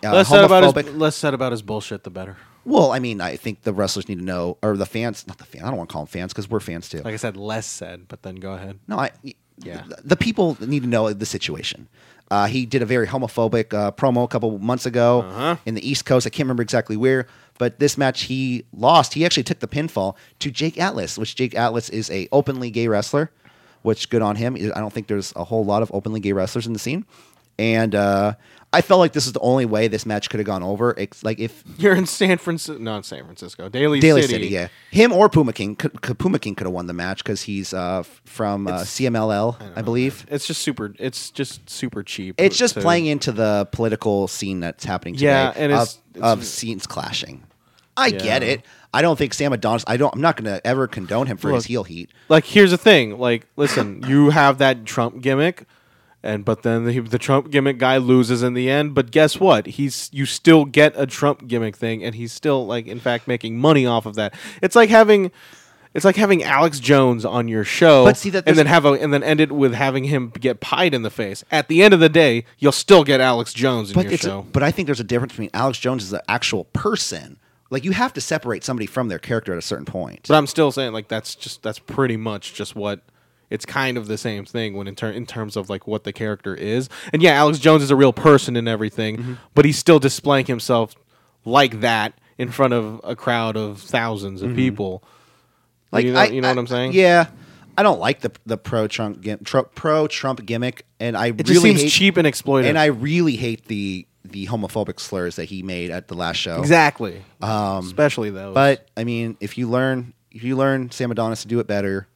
B: uh,
C: Less said about his
B: homophobic-
C: less said about his bullshit, the better.
B: well, I mean, I think the wrestlers need to know, or the fans, not the fan. I don't want to call them fans because we're fans too.
C: Like I said, less said, but then go ahead.
B: No, I.
C: Yeah.
B: The, the people need to know the situation. Uh, he did a very homophobic uh, promo a couple months ago in the East Coast. I can't remember exactly where, but this match he lost. He actually took the pinfall to Jake Atlas, which Jake Atlas is a openly gay wrestler, which good on him. I don't think there's a whole lot of openly gay wrestlers in the scene, and uh, I felt like this is the only way this match could have gone over. It's like if
C: You're in San Francisco, not San Francisco, Daly,
B: Daly
C: City.
B: City. yeah, him or Puma King, C- C- Puma King could have won the match because he's uh, f- from uh, CMLL, I, believe.
C: It's just super. It's just super cheap.
B: It's just
C: to-
B: playing into the political scene that's happening today.
C: Yeah, and it's-
B: of,
C: it's-
B: of scenes clashing. I
C: Yeah.
B: get it. I don't think Sam Adonis. I don't. I'm not going to ever condone him for his
C: Look.
B: heel heat.
C: Like here's the thing. Like listen, you have that Trump gimmick, and but then the, the Trump gimmick guy loses in the end. But guess what? He's you still get a Trump gimmick thing, and he's still like in fact making money off of that. It's like having. It's like having Alex Jones on your show,
B: But see that
C: and
B: this-
C: then have a, and then end it with having him get pied in the face. At the end of the day, you'll still get Alex Jones in
B: But
C: your
B: it's.
C: show.
B: but I think there's a difference between Alex Jones as an actual person. Like you have to separate somebody from their character at a certain point.
C: But I'm still saying like that's just that's pretty much just what it's kind of the same thing when in, ter- in terms of like what the character is. And yeah, Alex Jones is a real person and everything, but he's still displaying himself like that in front of a crowd of thousands of people.
B: Like
C: you know,
B: I-
C: you know what I'm saying?
B: Yeah, I don't like the the pro Trump pro Trump gimmick, and I
C: It
B: really
C: just seems
B: hate,
C: cheap and exploitive.
B: And I really hate the the homophobic slurs that he made at the last show.
C: exactly. Especially those.
B: But I mean, if you learn, if you learn Sam Adonis to do it better,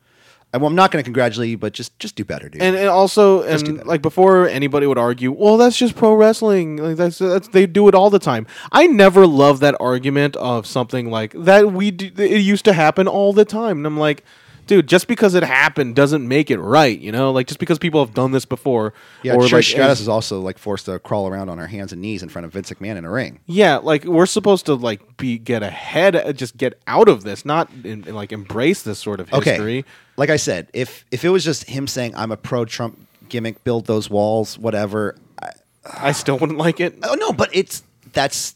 B: I, well, I'm not going to congratulate you, but just just do better, dude.
C: and, and also
B: do
C: and
B: that.
C: like before anybody would argue well that's just pro wrestling like that's, that's they do it all the time i never love that argument of something like that we do, it used to happen all the time and i'm like dude just because it happened doesn't make it right you know like just because people have done this before
B: yeah,
C: or
B: Trish
C: like,
B: Stratus is also like forced to crawl around on her hands and knees in front of Vince McMahon in a ring.
C: yeah like we're supposed to like be get ahead uh, just get out of this not in, like embrace this sort of
B: Okay,
C: history
B: like I said, if if it was just him saying I'm a pro Trump gimmick, build those walls, whatever. I,
C: i still wouldn't like it
B: oh no, but it's that's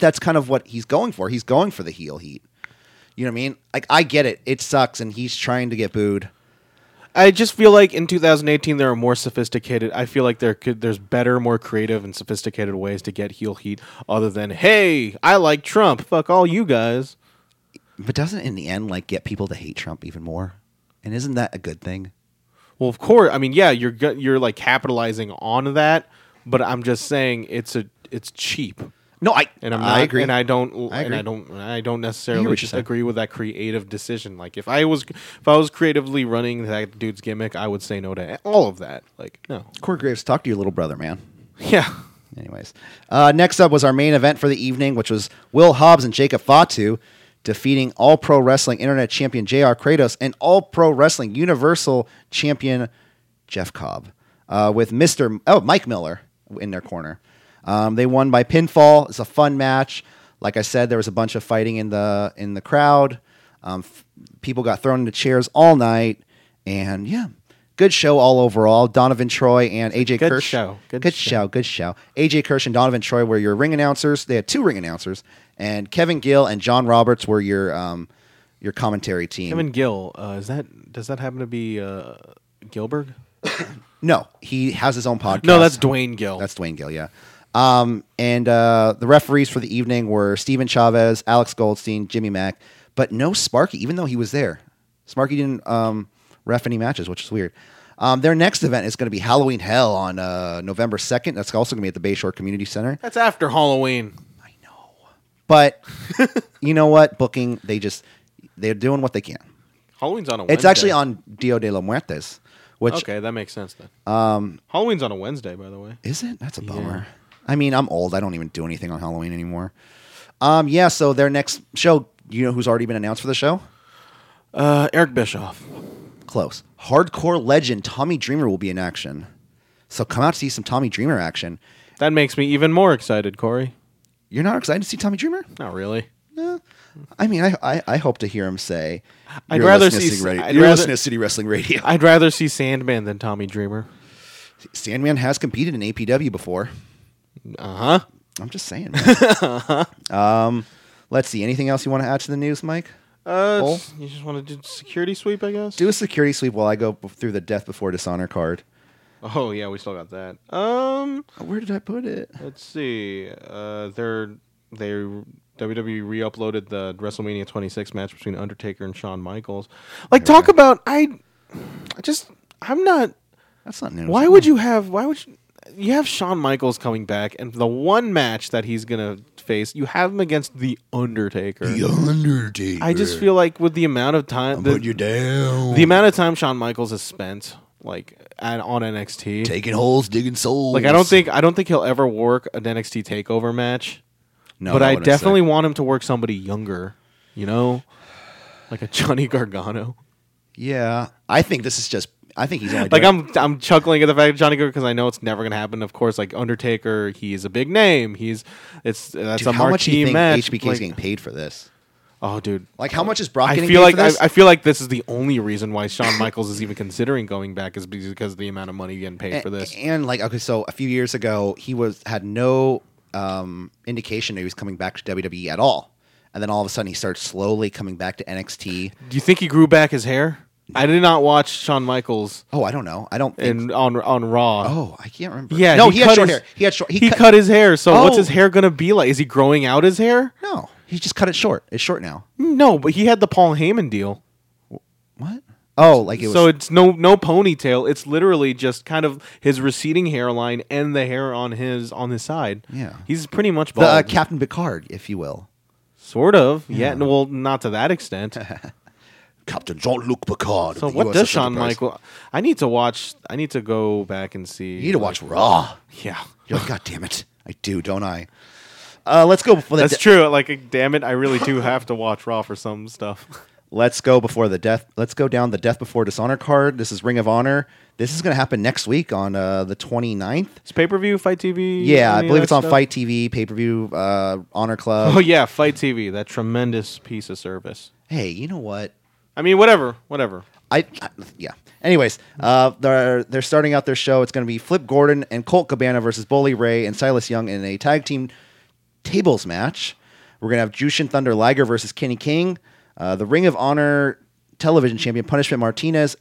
B: that's kind of what he's going for. He's going for the heel heat. You know what I mean? Like I get it. It sucks, and he's trying to get booed.
C: I just feel like in 2018 there are more sophisticated. I feel like there could there's better, more creative and sophisticated ways to get heel heat other than hey, I like Trump. Fuck all you guys.
B: But doesn't it in the end like get people to hate Trump even more? And isn't that a good thing?
C: Well, of course. I mean, yeah, you're go- you're like capitalizing on that, but I'm just saying it's a it's cheap.
B: No, I
C: and I'm
B: I
C: not,
B: agree.
C: and I don't,
B: I
C: and I
B: agree.
C: don't, and I don't
B: you're
C: necessarily
B: saying.
C: agree with that creative decision. Like if I was, if I was creatively running that dude's gimmick, I would say no to all of that. Like no,
B: Corey Graves, talk to your little brother, man.
C: yeah,
B: Anyways, uh, next up was our main event for the evening, which was Will Hobbs and Jacob Fatu defeating All Pro Wrestling Internet Champion J.R. Kratos and All Pro Wrestling Universal Champion Jeff Cobb uh, with Mister Oh Mike Miller in their corner. Um, they won by pinfall. It's a fun match. Like I said, there was a bunch of fighting in the in the crowd. Um, f- people got thrown into chairs all night, and yeah, good show all overall. Donovan Troy and AJ
C: Good
B: Kirsch.
C: show. Good
B: good
C: show.
B: show. Good show. AJ Kirsch and Donovan Troy were your ring announcers. They had two ring announcers, and Kevin Gill and John Roberts were your um, your commentary team.
C: Kevin Gill, uh, is that does that happen to be uh, Gilbert?
B: no, he has his own podcast.
C: No, that's Dwayne Gill.
B: That's Dwayne Gill, yeah. Um, and uh, the referees for the evening were Steven Chavez, Alex Goldstein, Jimmy Mack, but no Sparky, even though he was there. Sparky didn't um, ref any matches, which is weird. Um, their next event is going to be Halloween Hell on uh, November 2nd. That's also going to be at the Bayshore Community Center.
C: that's after Halloween.
B: But you know what? Booking, they just, they're doing what they can.
C: Halloween's on a. Wednesday.
B: It's actually on Dia de los Muertes, which
C: Okay, that makes sense then. Um, Halloween's on a Wednesday, by the way.
B: Is it? That's a bummer. I mean, I'm old. I don't even do anything on Halloween anymore. Um, yeah. So their next show, you know, who's already been announced for the show?
C: Uh, Eric Bischoff.
B: Close. Hardcore legend Tommy Dreamer will be in action. So come out to see some Tommy Dreamer action.
C: That makes me even more excited, Corey.
B: You're not excited to see Tommy Dreamer?
C: Not really.
B: I mean, I I, I hope to hear him say.
C: I'd
B: "You're
C: rather
B: listening to
C: see-
B: City Radio.
C: I'd
B: You're
C: rather-
B: listening to City Wrestling Radio.
C: I'd rather see Sandman than Tommy Dreamer.
B: Sandman has competed in APW before.
C: Uh huh.
B: I'm just saying. Man. um, let's see. Anything else you want to add to the news, Mike?
C: Uh,
B: Cole?
C: s- you just want to do security sweep, I guess.
B: Do a security sweep while I go b- through the Death Before Dishonor card.
C: Oh yeah, we still got that. Um,
B: Where did I put it?
C: let's see. Uh, they're they WWE re-uploaded the WrestleMania 26 match between Undertaker and Shawn Michaels. Like, talk about I, I just I'm not.
B: That's not news.
C: Why would you have? Why would you? You have Shawn Michaels coming back, and the one match that he's gonna face, you have him against the Undertaker.
E: Undertaker.
C: I just feel like with the amount of time, the,
E: put you down.
C: the amount of time Shawn Michaels has spent like at, on NXT,
E: Taking holes, digging souls.
C: like I don't think I don't think he'll ever work an NXT Takeover match.
B: No,
C: but
B: that
C: I
B: wouldn't have
C: definitely
B: sucked.
C: want him to work somebody younger, you know, like a Johnny Gargano.
B: Yeah, I think this is just. I think he's only
C: Like
B: doing-
C: I'm I'm chuckling at the fact of Johnny Gargano because I know it's never gonna happen. Of course, like Undertaker, he's a big name. He's it's that's
B: Dude,
C: a marquee
B: how much do you think
C: match.
B: HBK
C: like-
B: is getting paid for this?
C: oh, dude.
B: Like how much is Brock?
C: I
B: getting
C: feel
B: paid
C: like
B: for
C: I,
B: this?
C: I feel like this is the only reason why Shawn Michaels is even considering going back is because of the amount of money getting paid
B: and,
C: for this.
B: and like okay, so a few years ago he was had no um, indication that he was coming back to WWE at all, and then all of a sudden he starts slowly coming back to NXT.
C: Do you think he grew back his hair? I did not watch Shawn Michaels
B: Oh, I don't know. I don't think.
C: in on on Raw.
B: oh, I can't remember.
C: Yeah,
B: no, he, had
C: cut
B: short
C: his-
B: hair. He had short.
C: He, cut his hair. So what's
B: Oh.
C: his hair gonna be like? Is he growing out his hair?
B: No, he just cut it short. It's short now.
C: No, but he had the Paul Heyman deal.
B: What? Oh, like it was.
C: so it's no no ponytail. It's literally just kind of his receding hairline and the hair on his on his side.
B: Yeah.
C: he's pretty much
B: the
C: bald.
B: uh, Captain Picard, if you will.
C: sort of. Yeah. no, well, not to that extent.
E: Captain Jean Luc Picard. of
C: So
E: the
C: what
E: USS
C: does Shawn
E: Enterprise.
C: Michael? I need to watch. I need to go back and see.
B: You need to watch Raw.
C: Yeah,
B: You're like, God damn it, I do, don't I? Uh, let's go before the
C: that's
B: de-
C: true. Like, uh, damn it, I really do have to watch Raw for some stuff.
B: let's go before the death. Let's go down the death before dishonor card. This is Ring of Honor. This is going to happen next week on uh, the 29th.
C: It's pay per view, Fight TV.
B: Yeah, I
C: any of
B: believe
C: that
B: it's on
C: stuff?
B: Fight TV pay per view. Uh, Honor Club.
C: Oh yeah, Fight TV. That tremendous piece of service.
B: Hey, you know what?
C: I mean, whatever, whatever.
B: I, I yeah. Anyways, uh, they're they're starting out their show. It's going to be Flip Gordon and Colt Cabana versus Bully Ray and Silas Young in a tag team tables match. We're going to have Jushin Thunder Liger versus Kenny King, uh, the Ring of Honor Television Champion Punishment Martinez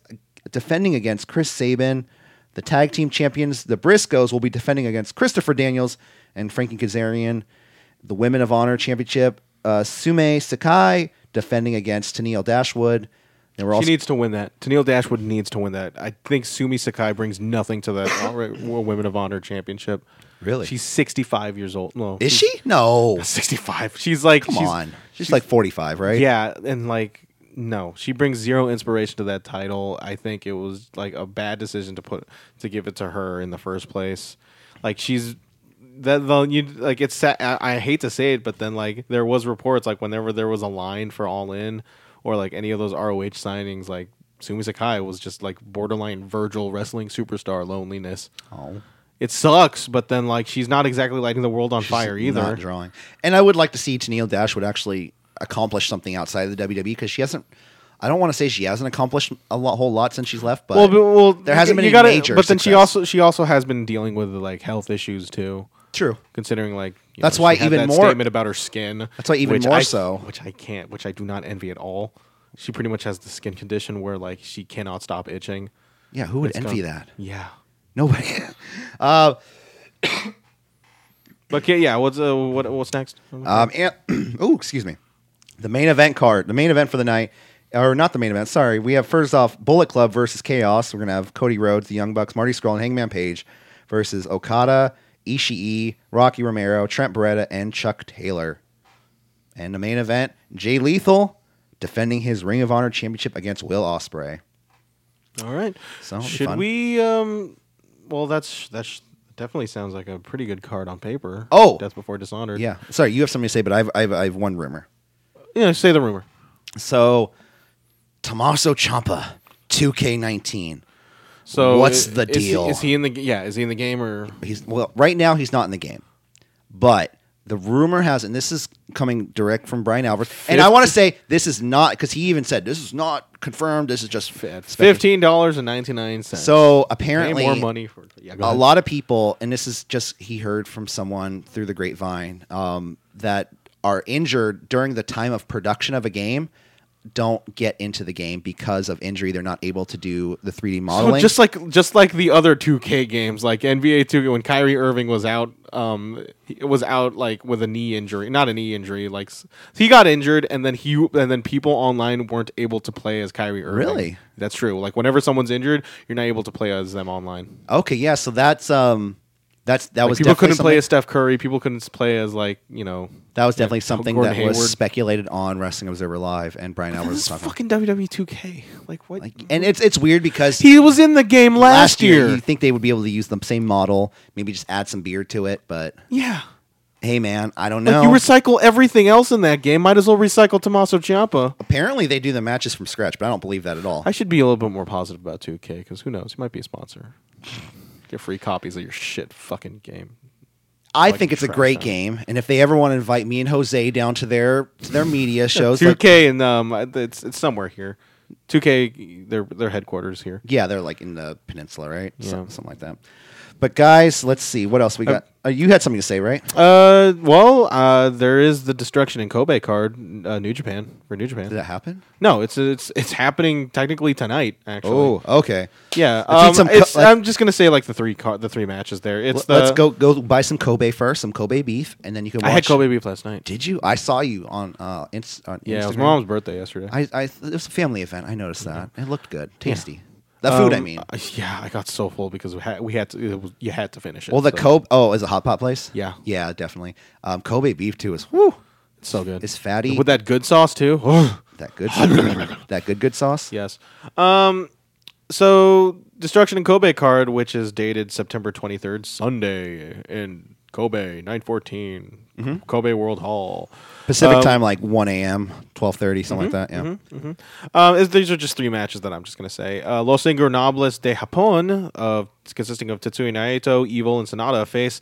B: defending against Chris Sabin. The tag team champions, the Briscoes, will be defending against Christopher Daniels and Frankie Kazarian. The Women of Honor Championship, uh, Sume Sakai defending against Tennille Dashwood. They were
C: She needs to win that. Tennille Dashwood needs to win that. I think Sumi Sakai brings nothing to that alre- Wo- Women of Honor Championship.
B: Really?
C: She's 65 years old. No.
B: Is she? No.
C: 65. She's like
B: Come
C: she's-
B: on. She's, like 45, right?
C: Yeah, and like no, she brings zero inspiration to that title. I think it was like a bad decision to put to give it to her in the first place. Like she's that though you like it's sad. I, I hate to say it, but then like there was reports like whenever there was a line for All In or like any of those ROH signings, like Sumi Sakai was just like borderline Virgil wrestling superstar loneliness.
B: Oh.
C: It sucks, but then like she's not exactly lighting the world on fire
B: She's
C: either.
B: Not drawing. And I would like to see Tennille Dashwood actually accomplish something outside of the WWE because she hasn't. I don't want to say she hasn't accomplished a lot, whole lot since she's left, but,
C: well, but, well,
B: there hasn't
C: you
B: been any
C: gotta-
B: major.
C: But then she
B: success.
C: also she also has been dealing with like health issues too.
B: true.
C: Considering like you
B: That's
C: know,
B: why
C: she had
B: even
C: that
B: more-
C: statement about her skin.
B: That's why even
C: which
B: more
C: I-
B: so-
C: Which I can't. Which I do not envy at all. She pretty much has the skin condition where like she cannot stop itching.
B: Yeah, who would
C: It's
B: envy
C: gone-
B: that?
C: Yeah.
B: Nobody.
C: But ca- yeah, what's uh, what what's next?
B: Um, and, oh, excuse me. The main event card, the main event for the night, or not the main event, sorry. We have first off Bullet Club versus Chaos. We're going to have Cody Rhodes, the Young Bucks, Marty Scroll, and Hangman Page versus Okada, Ishii, Rocky Romero, Trent Beretta, and Chuck Taylor. And the main event, Jay Lethal defending his Ring of Honor championship against Will Ospreay.
C: all right.
B: So, it'll be
C: Should
B: fun.
C: we? Um. Well, that's that's definitely sounds like a pretty good card on paper.
B: Oh!
C: Death Before Dishonored.
B: Yeah. Sorry, you have something to say, but I've, I've, I've one rumor.
C: Yeah. Say the rumor.
B: So, Tommaso Ciampa, 2K19.
C: So
B: What's
C: i-
B: the
C: is he-
B: deal?
C: Is he in the g- yeah? Is he in the game or
B: he's well right now he's not in the game but the rumor has and this is coming direct from brian alvarez and i want to say this is not because he even said this is not confirmed this is just fifteen.
C: fifteen dollars and ninety nine cents?
B: so
C: Pay
B: apparently
C: more money for yeah, go
B: a
C: ahead.
B: lot of people and this is just he heard from someone through the grapevine um, that are injured during the time of production of a game don't get into the game because of injury they're not able to do the 3d
C: So
B: modeling
C: just like just like the other two K games, like NBA two, when Kyrie Irving was out, um, it was out like with a knee injury, not a knee injury, like s- he got injured, and then he and then people online weren't able to play as Kyrie Irving.
B: Really?
C: That's true. Like whenever someone's injured, you're not able to play as them online.
B: okay yeah so that's um that's that
C: Like,
B: was
C: people
B: definitely
C: couldn't play
B: something-
C: as Steph Curry. People couldn't s- play as like you know.
B: That was definitely
C: Yeah,
B: something
C: Gordon
B: that was
C: Hayward.
B: speculated on Wrestling Observer Live, and Brian Alvarez was
C: This is
B: talking.
C: fucking WWE two K. Like what?
B: and it's it's weird because
C: He was in the game last, year.
B: you think they would be able to use the same model, maybe just add some beard to it. But
C: yeah.
B: hey, man, I don't
C: Like
B: know.
C: you recycle everything else in that game. Might as well recycle Tommaso Ciampa.
B: Apparently, they do the matches from scratch, but I don't believe that at all.
C: I should be a little bit more positive about 2K because who knows? He might be a sponsor. Get free copies of your shit fucking game.
B: I
C: fucking
B: think it's a
C: trash
B: great
C: out.
B: game, and if they ever want to invite me and Jose down to their to their media shows,
C: 2K
B: like,
C: and um, it's it's somewhere here. 2K, their their headquarters here.
B: yeah, they're like in the peninsula, right? So-
C: Yeah.
B: something like that. But guys, let's see what else we got. Uh, you had something to say, right?
C: Uh, well, uh, there is the destruction in Kobe card, uh, New Japan for New Japan.
B: Did that happen?
C: No, it's it's it's happening technically tonight. Actually,
B: Oh, okay.
C: yeah.
B: Let's eat
C: Um,
B: some co-
C: it's-
B: let's-
C: I'm just gonna say like the three car- the three matches there. It's the
B: Let's go go buy some Kobe first, some Kobe beef, and then you can. Watch.
C: I had Kobe beef last night.
B: Did you? I saw you on uh, ins- on
C: Yeah, it was
B: Instagram.
C: my mom's birthday yesterday.
B: I, I it was a family event. I noticed that. It looked good, tasty. The food, I
C: Um,
B: mean.
C: uh, yeah, I got so full because we had, we had to. It was, you had to finish it.
B: Well, the
C: so.
B: Kobe. Oh, is it a hot pot place?
C: Yeah.
B: yeah, definitely. Um, Kobe beef too is whew,
C: it's so good.
B: is fatty.
C: with that good sauce too.
B: that good that good good sauce.
C: yes. Um. So destruction in Kobe card, which is dated September twenty third, Sunday in Kobe, nine
B: Mm-hmm.
C: Kobe World Hall.
B: Pacific time, like one a.m., twelve thirty, something
C: Mm-hmm,
B: like that. Yeah.
C: Um, is- these are just three matches that I'm just going to say. Uh, Los Ingobernables de Japón, uh, consisting of Tetsuya Naito, Evil, and Sonata, face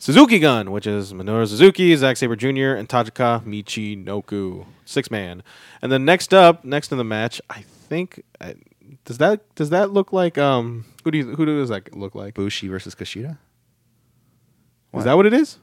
C: Suzuki Gun, which is Minoru Suzuki, Zack Sabre Jr., and Tajika Michinoku. Six man. And then next up, next in the match, I think. I, does that does that look like um who do you, who does that look like? Is
B: Bushi versus Kushida.
C: that what it is?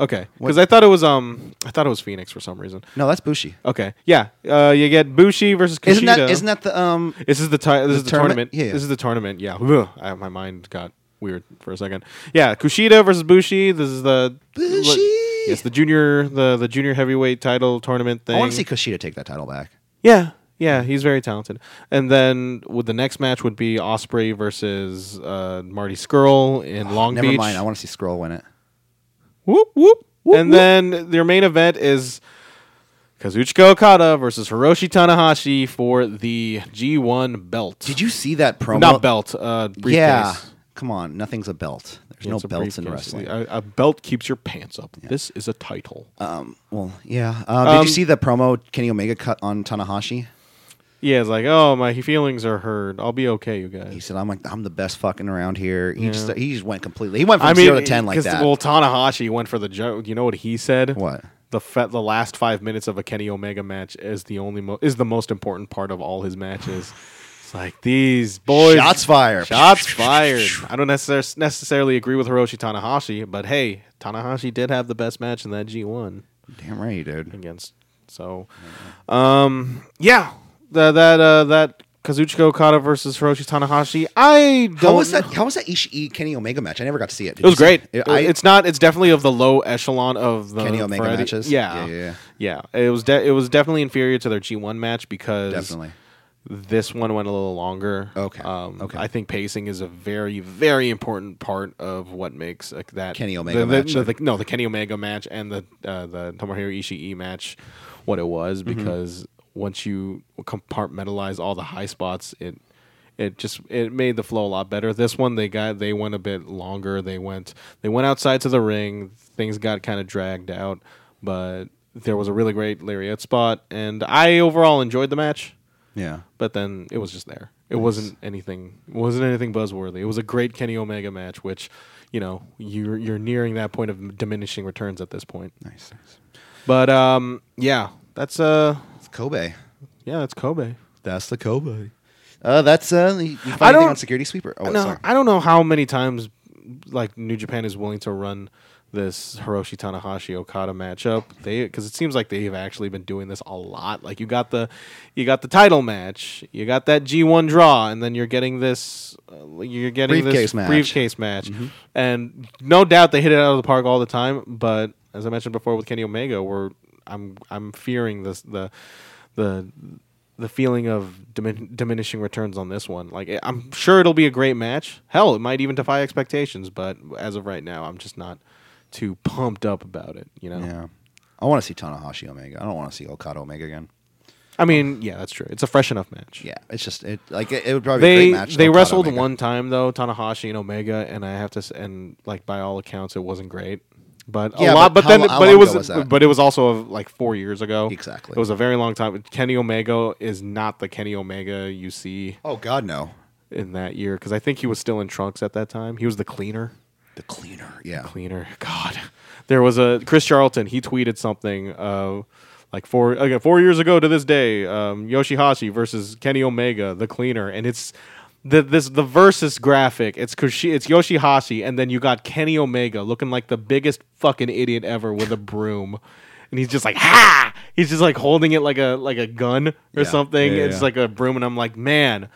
C: Okay, because
B: What-
C: I thought it was um I thought it was Phoenix for some reason.
B: No, that's Bushi.
C: Okay, yeah, uh, you get Bushi versus Kushida.
B: Isn't that isn't that the um?
C: This is the ti- this is the
B: tournament?
C: tournament.
B: Yeah, yeah.
C: This is the tournament. Yeah. Ugh. I, my mind got weird for a second. Yeah, Kushida versus Bushi. This is the
B: Bushi!
C: Yes, the junior the the junior heavyweight title tournament thing.
B: I want to see Kushida take that title back.
C: Yeah. Yeah, he's very talented. And then with the next match would be Osprey versus uh, Marty Skrull in Long
B: Never
C: Beach.
B: mind. I want to see Scroll win it.
C: Whoop whoop. and then their main event is Kazuchika Okada versus Hiroshi Tanahashi for the G1 belt.
B: Did you see that promo?
C: Not belt. Uh, briefcase.
B: Yeah. Come on, nothing's a belt. There's no
C: It's a
B: belts in
C: briefcase.
B: wrestling.
C: A, a belt keeps your pants up. This is a title.
B: Um, well, yeah. Um, did
C: Um,
B: you see the promo Kenny Omega cut on Tanahashi?
C: yeah, it's like, oh, my feelings are hurt. I'll be okay, you guys.
B: He said, "I'm like I'm the best fucking around here." He just he just went completely. He went from
C: I mean,
B: zero to ten like
C: 'cause,
B: that.
C: Well, Tanahashi went for the joke. You know what he said?
B: What?
C: The fe- the last five minutes of a Kenny Omega match is the only mo- is the most important part of all his matches. It's like these boys.
B: Shots fired.
C: Shots fired. I don't necessar- necessarily agree with Hiroshi Tanahashi, but hey, Tanahashi did have the best match in that G one
B: Damn right, dude.
C: against. So, um, yeah, that that uh, that Kazuchika Okada versus Hiroshi Tanahashi. I don't.
B: How was that? How was that Ishii Kenny Omega match? I never got to see it. Did
C: It was
B: you see
C: great.
B: It, I,
C: it's not. It's definitely of the low echelon of the
B: Kenny Omega
C: variety-
B: matches?
C: Yeah,
B: Yeah, yeah,
C: Yeah, It was. De- it was definitely inferior to their G one match because
B: definitely.
C: this one went a little longer.
B: Okay,
C: Um,
B: okay.
C: I think pacing is a very, very important part of what makes like, that
B: Kenny Omega
C: the- the-
B: match,
C: the- the- no, the Kenny Omega match and the uh, the Tomohiro Ishii match, what it was
B: Mm-hmm.
C: because once you compartmentalize all the high spots, it it just it made the flow a lot better. This one they got they went a bit longer. They went they went outside to the ring. Things got kind of dragged out, but there was a really great lariat spot, and I overall enjoyed the match
B: Yeah.
C: but then it was just there. It wasn't anything. It wasn't anything buzzworthy. It was a great Kenny Omega match, which, you know, you're you're nearing that point of diminishing returns at this point.
B: Nice. nice.
C: But um, yeah, that's uh,
B: It's Kobe.
C: yeah, that's Kobe.
B: That's the Kobe. Uh, that's uh. You, you find
C: I
B: anything
C: don't-
B: on security sweeper. Oh, wait,
C: no,
B: sorry.
C: I don't know how many times like New Japan is willing to run this Hiroshi Tanahashi Okada matchup. They because it seems like they've actually been doing this a lot. Like you got the you got the title match, you got that G1 draw, and then you're getting this uh, you're getting this
B: Briefcase match.
C: briefcase match, and no doubt they hit it out of the park all the time. But as I mentioned before with Kenny Omega, we're I'm I'm fearing this the the the feeling of dimin- diminishing returns on this one. Like I- I'm sure it'll be a great match. Hell, it might even defy expectations. But as of right now, I'm just not too pumped up about it. You know.
B: Yeah. I want to see Tanahashi Omega. I don't want to see Okada Omega again.
C: I mean, yeah, that's true. It's a fresh enough match.
B: Yeah, it's just it like it, it would probably be a
C: They
B: great match.
C: they
B: Okada
C: wrestled
B: Omega.
C: one time though Tanahashi and Omega and I have to s- and like by all accounts it wasn't great but
B: Yeah,
C: a lot
B: but
C: but,
B: how
C: then
B: lo- how
C: but it
B: long
C: was,
B: ago was that?
C: but it was also like 4 years ago
B: Exactly.
C: it was a very long time Kenny Omega is not the Kenny Omega you see
B: Oh God, no.
C: in that year because I think he was still in trunks at that time. He was the cleaner.
B: The cleaner. Yeah.
C: Cleaner. God, there was a Chris Charlton. He tweeted something uh, like four again four years ago to this day. Um, Yoshihashi versus Kenny Omega, the cleaner, and it's the this the versus graphic. It's Kushi, it's Yoshihashi, and then you got Kenny Omega looking like the biggest fucking idiot ever with a broom. And he's just like ha! He's just like holding it like a like a gun or something.
B: Yeah, yeah,
C: it's
B: yeah.
C: like a broom, and I'm like, man,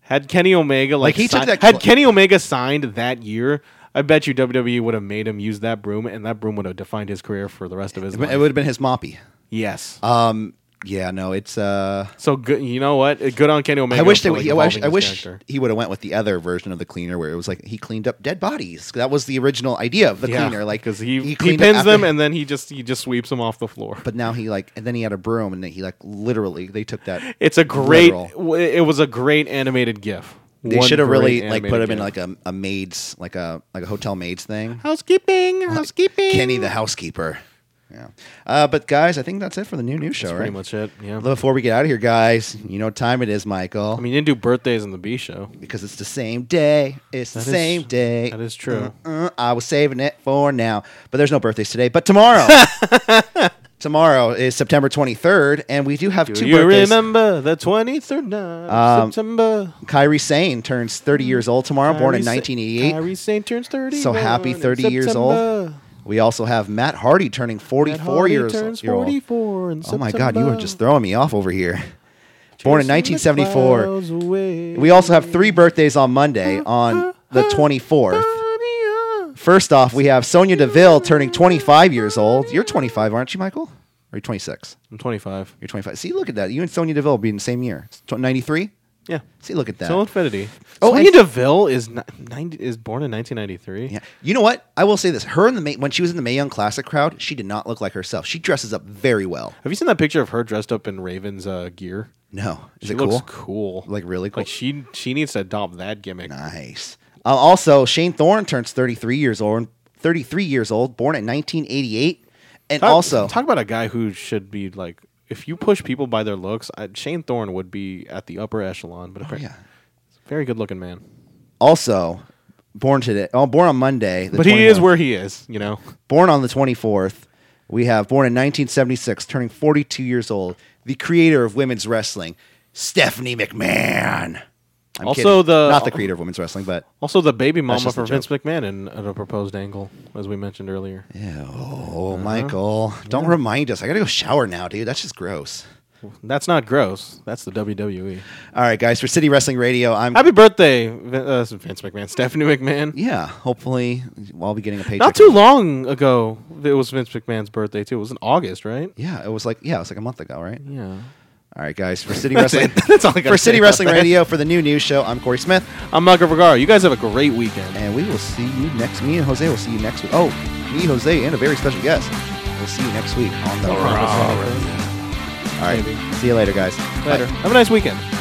C: had Kenny Omega like,
B: Like, he
C: si-
B: took that
C: had
B: cl-
C: Kenny Omega signed that year, I bet you WWE would have made him use that broom, and that broom would have defined his career for the rest of his
B: It,
C: life.
B: would Uh, have been his moppy.
C: yes.
B: Um, Yeah. No. It's uh.
C: so good. You know what? Uh, Good on Kenny Omega.
B: I wish they.
C: for,
B: would
C: like,
B: I wish,
C: evolving
B: I
C: his
B: wish
C: character.
B: he would have went with the other version of the cleaner, where it was like he cleaned up dead bodies. That was the original idea of the
C: Yeah,
B: cleaner, like
C: because he, he,
B: cleaned up
C: pins
B: after-
C: them and then he just he just sweeps them off the floor.
B: But now he like, and then he had a broom, and then he like literally they took that.
C: It's a great.
B: literal.
C: w- It was a great animated GIF.
B: They
C: One
B: should have
C: great
B: really like put
C: animated
B: him in like
C: GIF.
B: a, a maid's like a like a hotel maid's thing.
C: housekeeping, housekeeping.
B: Kenny the housekeeper. Yeah. Uh, but guys, I think that's it for the new news show,
C: That's
B: right?
C: pretty much it. Yeah.
B: Before we get out of here, guys, you know what time it is, Michael.
C: I mean, you didn't do birthdays in the B show.
B: because it's the same day. It's the
C: That is-
B: same day.
C: that is true.
B: Uh, uh, I was saving it for now, but there's no birthdays today. But tomorrow, tomorrow is September 23rd, and we do have
C: Do
B: two
C: you
B: birthdays.
C: remember the 23rd night of
B: Um,
C: September?
B: Kyrie Sane turns 30 years old tomorrow, born in
C: Kyrie Sa-
B: 1988.
C: Kyrie Sane turns 30.
B: So happy
C: in
B: 30 years old.
C: September.
B: We also have Matt Hardy turning 44
C: Matt Hardy
B: years
C: turns
B: year old.
C: 44 in
B: Oh my God, you are
C: September.
B: just throwing me off over here. Born in
C: Chasing the
B: 1974.
C: clouds away.
B: We also have three birthdays on Monday on the
C: uh.
B: 24th. First off, we have Sonia Deville turning 25 years old. You're 25, aren't you, Michael? Or are you 26?
C: I'm 25.
B: You're 25. See, look at that. You and Sonia Deville being the same year. It's tw- 93?
C: Yeah.
B: See, look at that.
C: So Infinity.
B: Oh,
C: Oh,
B: I
C: Sonya
B: th-
C: Deville is ni- 90, is born in 1993.
B: yeah. You know what? I will say this. Her and the May- when she was in the Mae Young Classic crowd, she did not look like herself. She dresses up very well.
C: Have you seen that picture of her dressed up in Raven's uh, gear?
B: No, is
C: she
B: it
C: looks
B: cool?
C: cool.
B: Like, really cool?
C: Like she she needs to adopt that gimmick.
B: Nice. Uh, also, Shane Thorne turns 33 years old. 33 years old, born in 1988, and
C: Talk-
B: also
C: talk about a guy who should be like if you push people by their looks, I, Shane Thorne would be at the upper echelon, but apparently,
B: Oh, yeah.
C: very good looking man.
B: also born today. Oh, born on Monday. the
C: But he is
B: 21st.
C: where he is, you know.
B: born on the 24th. We have born in 1976, turning 42 years old. The creator of women's wrestling, Stephanie McMahon. I'm
C: Also
B: kidding.
C: the-
B: not the creator of women's wrestling, but
C: Also, the baby mama
B: just
C: for
B: a
C: Vince McMahon in, at a proposed angle, as we mentioned earlier.
B: oh,
C: Uh-huh.
B: Michael, don't remind us. I gotta go shower now, dude. That's just gross.
C: That's not gross. That's the WWE.
B: All right, guys, for City Wrestling Radio, I'm
C: Happy birthday, Vin- uh, Vince McMahon, Stephanie McMahon.
B: yeah. Hopefully, I'll be getting a paycheck.
C: Not too long ago, it was Vince McMahon's birthday too. It was in August, right?
B: Yeah, it was like yeah, it was like a month ago, right?
C: Yeah.
B: All right, guys, for City Wrestling,
C: it. That's all I gotta
B: for
C: say
B: City
C: about
B: Wrestling
C: that.
B: Radio for the new news show. I'm Corey Smith.
C: I'm Malcolm Vergara. You guys have a great weekend.
B: And we will see you next. Me and Jose will see you next week. Oh, me, Jose, and a very special guest. We'll see you next week on the. All right. See you later, guys. Bye.
C: Later. Have a nice weekend.